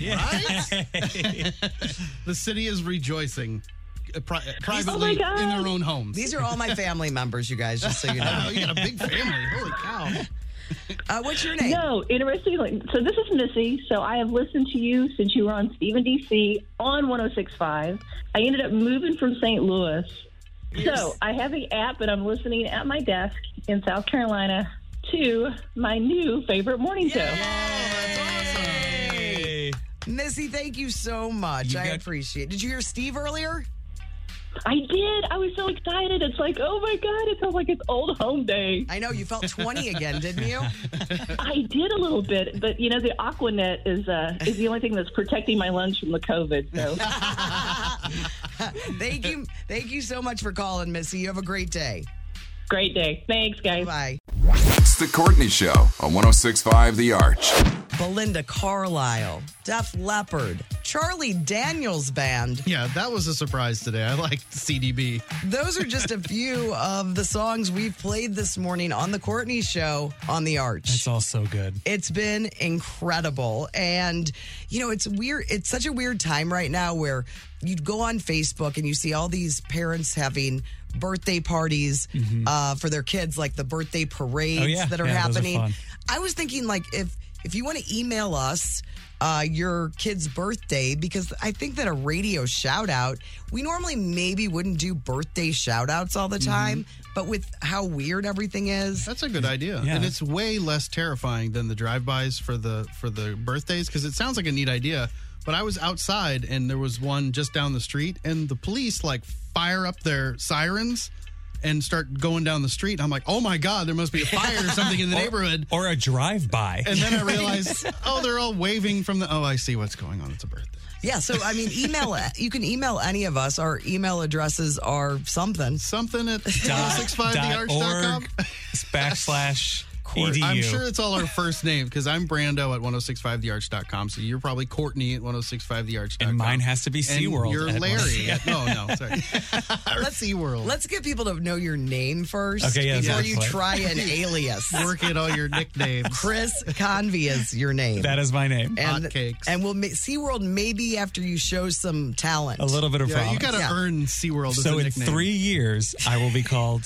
air. The city is rejoicing, uh, pri- privately God. in their own homes. These are all my family members, you guys, just so you Wow, know. Oh, you got a big family. Holy cow! Uh, what's your name? No, interestingly. So this is Missy. So I have listened to you since you were on Stephen DC on 106.5. I ended up moving from St. Louis. So I have the app, and I'm listening at my desk in South Carolina to my new favorite morning show. Hey. Missy, thank you so much. You I got- appreciate it. Did you hear Steve earlier? I did. I was so excited. It's like, oh my God! It felt like it's old home day. I know you felt 20 again, didn't you? I did a little bit, but you know, the Aquanet is uh, is the only thing that's protecting my lungs from the COVID. So. Thank you. Thank you so much for calling, Missy. You have a great day. Great day. Thanks, guys. Bye. It's The Courtney Show on 1065 The Arch. Belinda Carlisle, Def Leppard, Charlie Daniels Band. Yeah, that was a surprise today. I liked CDB. Those are just a few of the songs we've played this morning on The Courtney Show on The Arch. It's all so good. It's been incredible. And, you know, it's weird. It's such a weird time right now where you'd go on Facebook and you see all these parents having birthday parties uh, for their kids, like the birthday parades Mm-hmm. Oh, yeah. that are Yeah, those are happening. fun. I was thinking, like, if if you want to email us uh, your kid's birthday, because I think that a radio shout out, we normally maybe wouldn't do birthday shout outs all the Mm-hmm. time, but with how weird everything is. That's a good idea, Yeah. and it's way less terrifying than the drive-bys for the for the birthdays because it sounds like a neat idea. But I was outside and there was one just down the street, and the police like fire up their sirens, and start going down the street. I'm like, oh my God, there must be a fire or something in the Or- neighborhood. or a drive by. And then I realized, oh, they're all waving from the. Oh, I see what's going on. It's a birthday. Yeah, so I mean, email. You can email any of us. Our email addresses are something. Something at dot 1065thearch.com. org backslash E Court. edu. I'm sure it's all our first name because I'm Brando at 1065thearch.com. So you're probably Courtney at 1065thearch.com. And mine has to be And SeaWorld. You're at- oh Larry. at- no, no, sorry. Let's see SeaWorld. Let's get people to know your name first Okay, yeah, before that's you right. try an alias. Work at all your nicknames. Chris Convey is your name. That is my name. and, hotcakes. and we'll ma- SeaWorld maybe after you show some talent. A little bit of Yeah, problem. you got to Yeah. earn SeaWorld as so a in nickname. three years, I will be called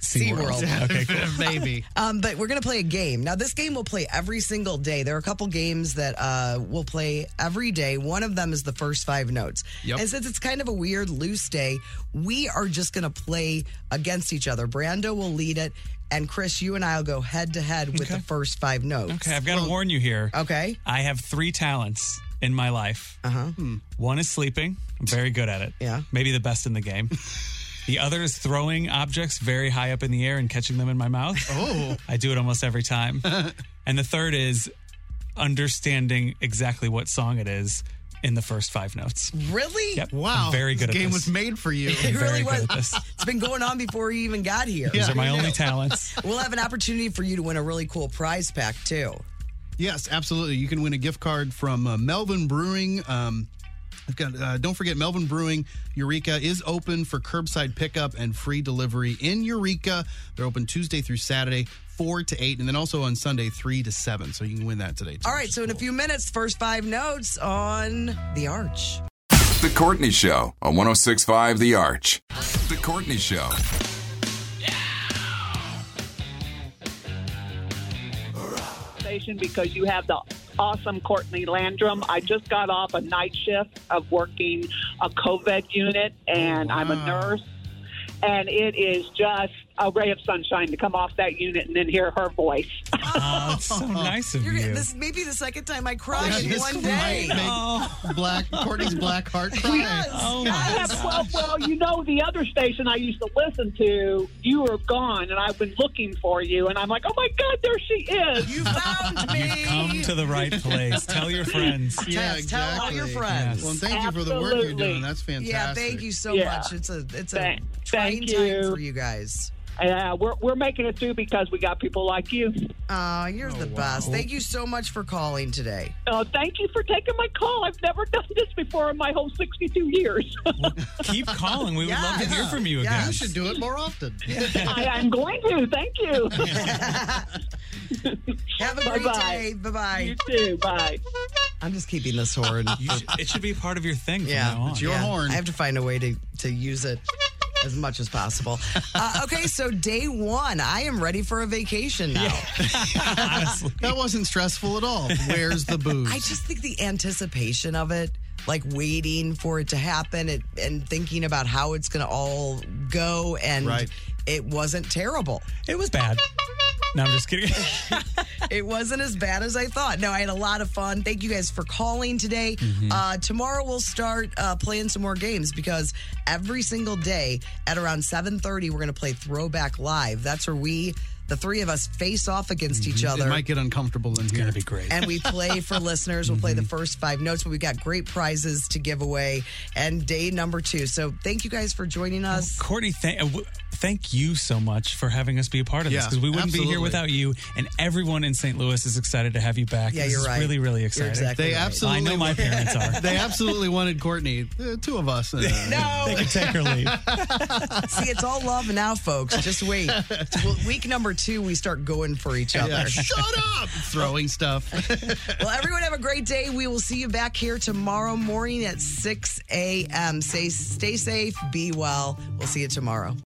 SeaWorld. SeaWorld. Okay, cool. Maybe. Um, but we're going to play a game. Now, this game we'll play every single day. There are a couple games that uh, we'll play every day. One of them is the first five notes. Yep. And since it's kind of a weird, loose day, we are just going to play against each other. Brando will lead it, and Chris, you and I will go head to head with the first five notes. Okay, I've got to warn you here. Okay. I have three talents in my life. Uh huh. Hmm. One is sleeping. I'm very good at it. Uh-huh. Yeah. Maybe the best in the game. the other is throwing objects very high up in the air and catching them in my mouth. Oh. I do it almost every time. and the third is understanding exactly what song it is in the first five notes. Really? Yep. Wow. I'm very good this at game this. was made for you. Mm. It really very good was. at this. It's been going on before you even got here. These are my you only do. talents. We'll have an opportunity for you to win a really cool prize pack, too. Yes, absolutely. You can win a gift card from uh, Melvin Brewing. Um, I've got. Uh, don't forget, Melvin Brewing Eureka is open for curbside pickup and free delivery in Eureka. They're open Tuesday through Saturday, four to eight, and then also on Sunday, three to seven. So you can win that today. Too, All which right, is so in a cool. few minutes, first five notes on The Arch. The Courtney Show on 1065 The Arch. The Courtney Show. station because you have the awesome Courtney Landrum. I just got off a night shift of working a COVID unit, and I'm a nurse. And it is just a ray of sunshine to come off that unit and then hear her voice. Oh, that's so nice of You're you. gonna, this may be the second time I cried in This one day. might make Black Courtney's black heart cry. oh, my. I have, well, well, you know, the other station I used to listen to, you were gone, and I've been looking for you, and I'm like, oh my God, there she is. You found me. You've come to the right place. Tell your friends. Yeah, Test, tell all your friends. Well, thank you for the work you're Absolutely. doing. That's fantastic. yeah, thank you so Yeah. much. It's a it's a Thank- trying thank time you. for you guys. Yeah, uh, we're, we're making it through because we got people like you. Oh, you're the best. Thank you so much for calling today. Oh, thank you for taking my call. I've never done this before in my whole 62 years. Keep calling. We would love to hear from you Yeah. again. You should do it more often. I, I'm going to. Thank you. Have a great Bye-bye. day. Bye bye. you too. Bye. I'm just keeping this horn. You should- it should be part of your thing from Yeah. now on. It's your Yeah, horn. I have to find a way to, to use it as much as possible. Uh, okay, so day one, I am ready for a vacation now. Honestly. That wasn't stressful at all. Where's the booze? I just think the anticipation of it, like waiting for it to happen and, and thinking about how it's going to all go, and Right. it wasn't terrible. It was bad. No, I'm just kidding. It wasn't as bad as I thought. No, I had a lot of fun. Thank you guys for calling today. Mm-hmm. Uh, tomorrow we'll start uh, playing some more games because every single day at around 7.30, we're going to play Throwback Live. That's where we, the three of us, face off against each Mm-hmm. It other. might get uncomfortable in here. Gonna be great. and we play for listeners. We'll play the first five notes, but we've got great prizes to give away and day number two. So thank you guys for joining us. Courtney, thank, uh, w- thank you so much for having us be a part of this Yeah, because we wouldn't be here absolutely. without you. And everyone in St. Louis is excited to have you back. Yeah, This you're is right. Really, really excited. exactly They right. absolutely. I know my parents are. They absolutely wanted Courtney. The two of us. Uh, They can take or leave. See, it's all love now, folks. Just wait. Well, week number two, we start going for each other. yeah, Shut up! Throwing stuff. Well, everyone have a great day. We will see you back here tomorrow morning at 6 a.m. Stay, stay safe, be well. We'll see you tomorrow.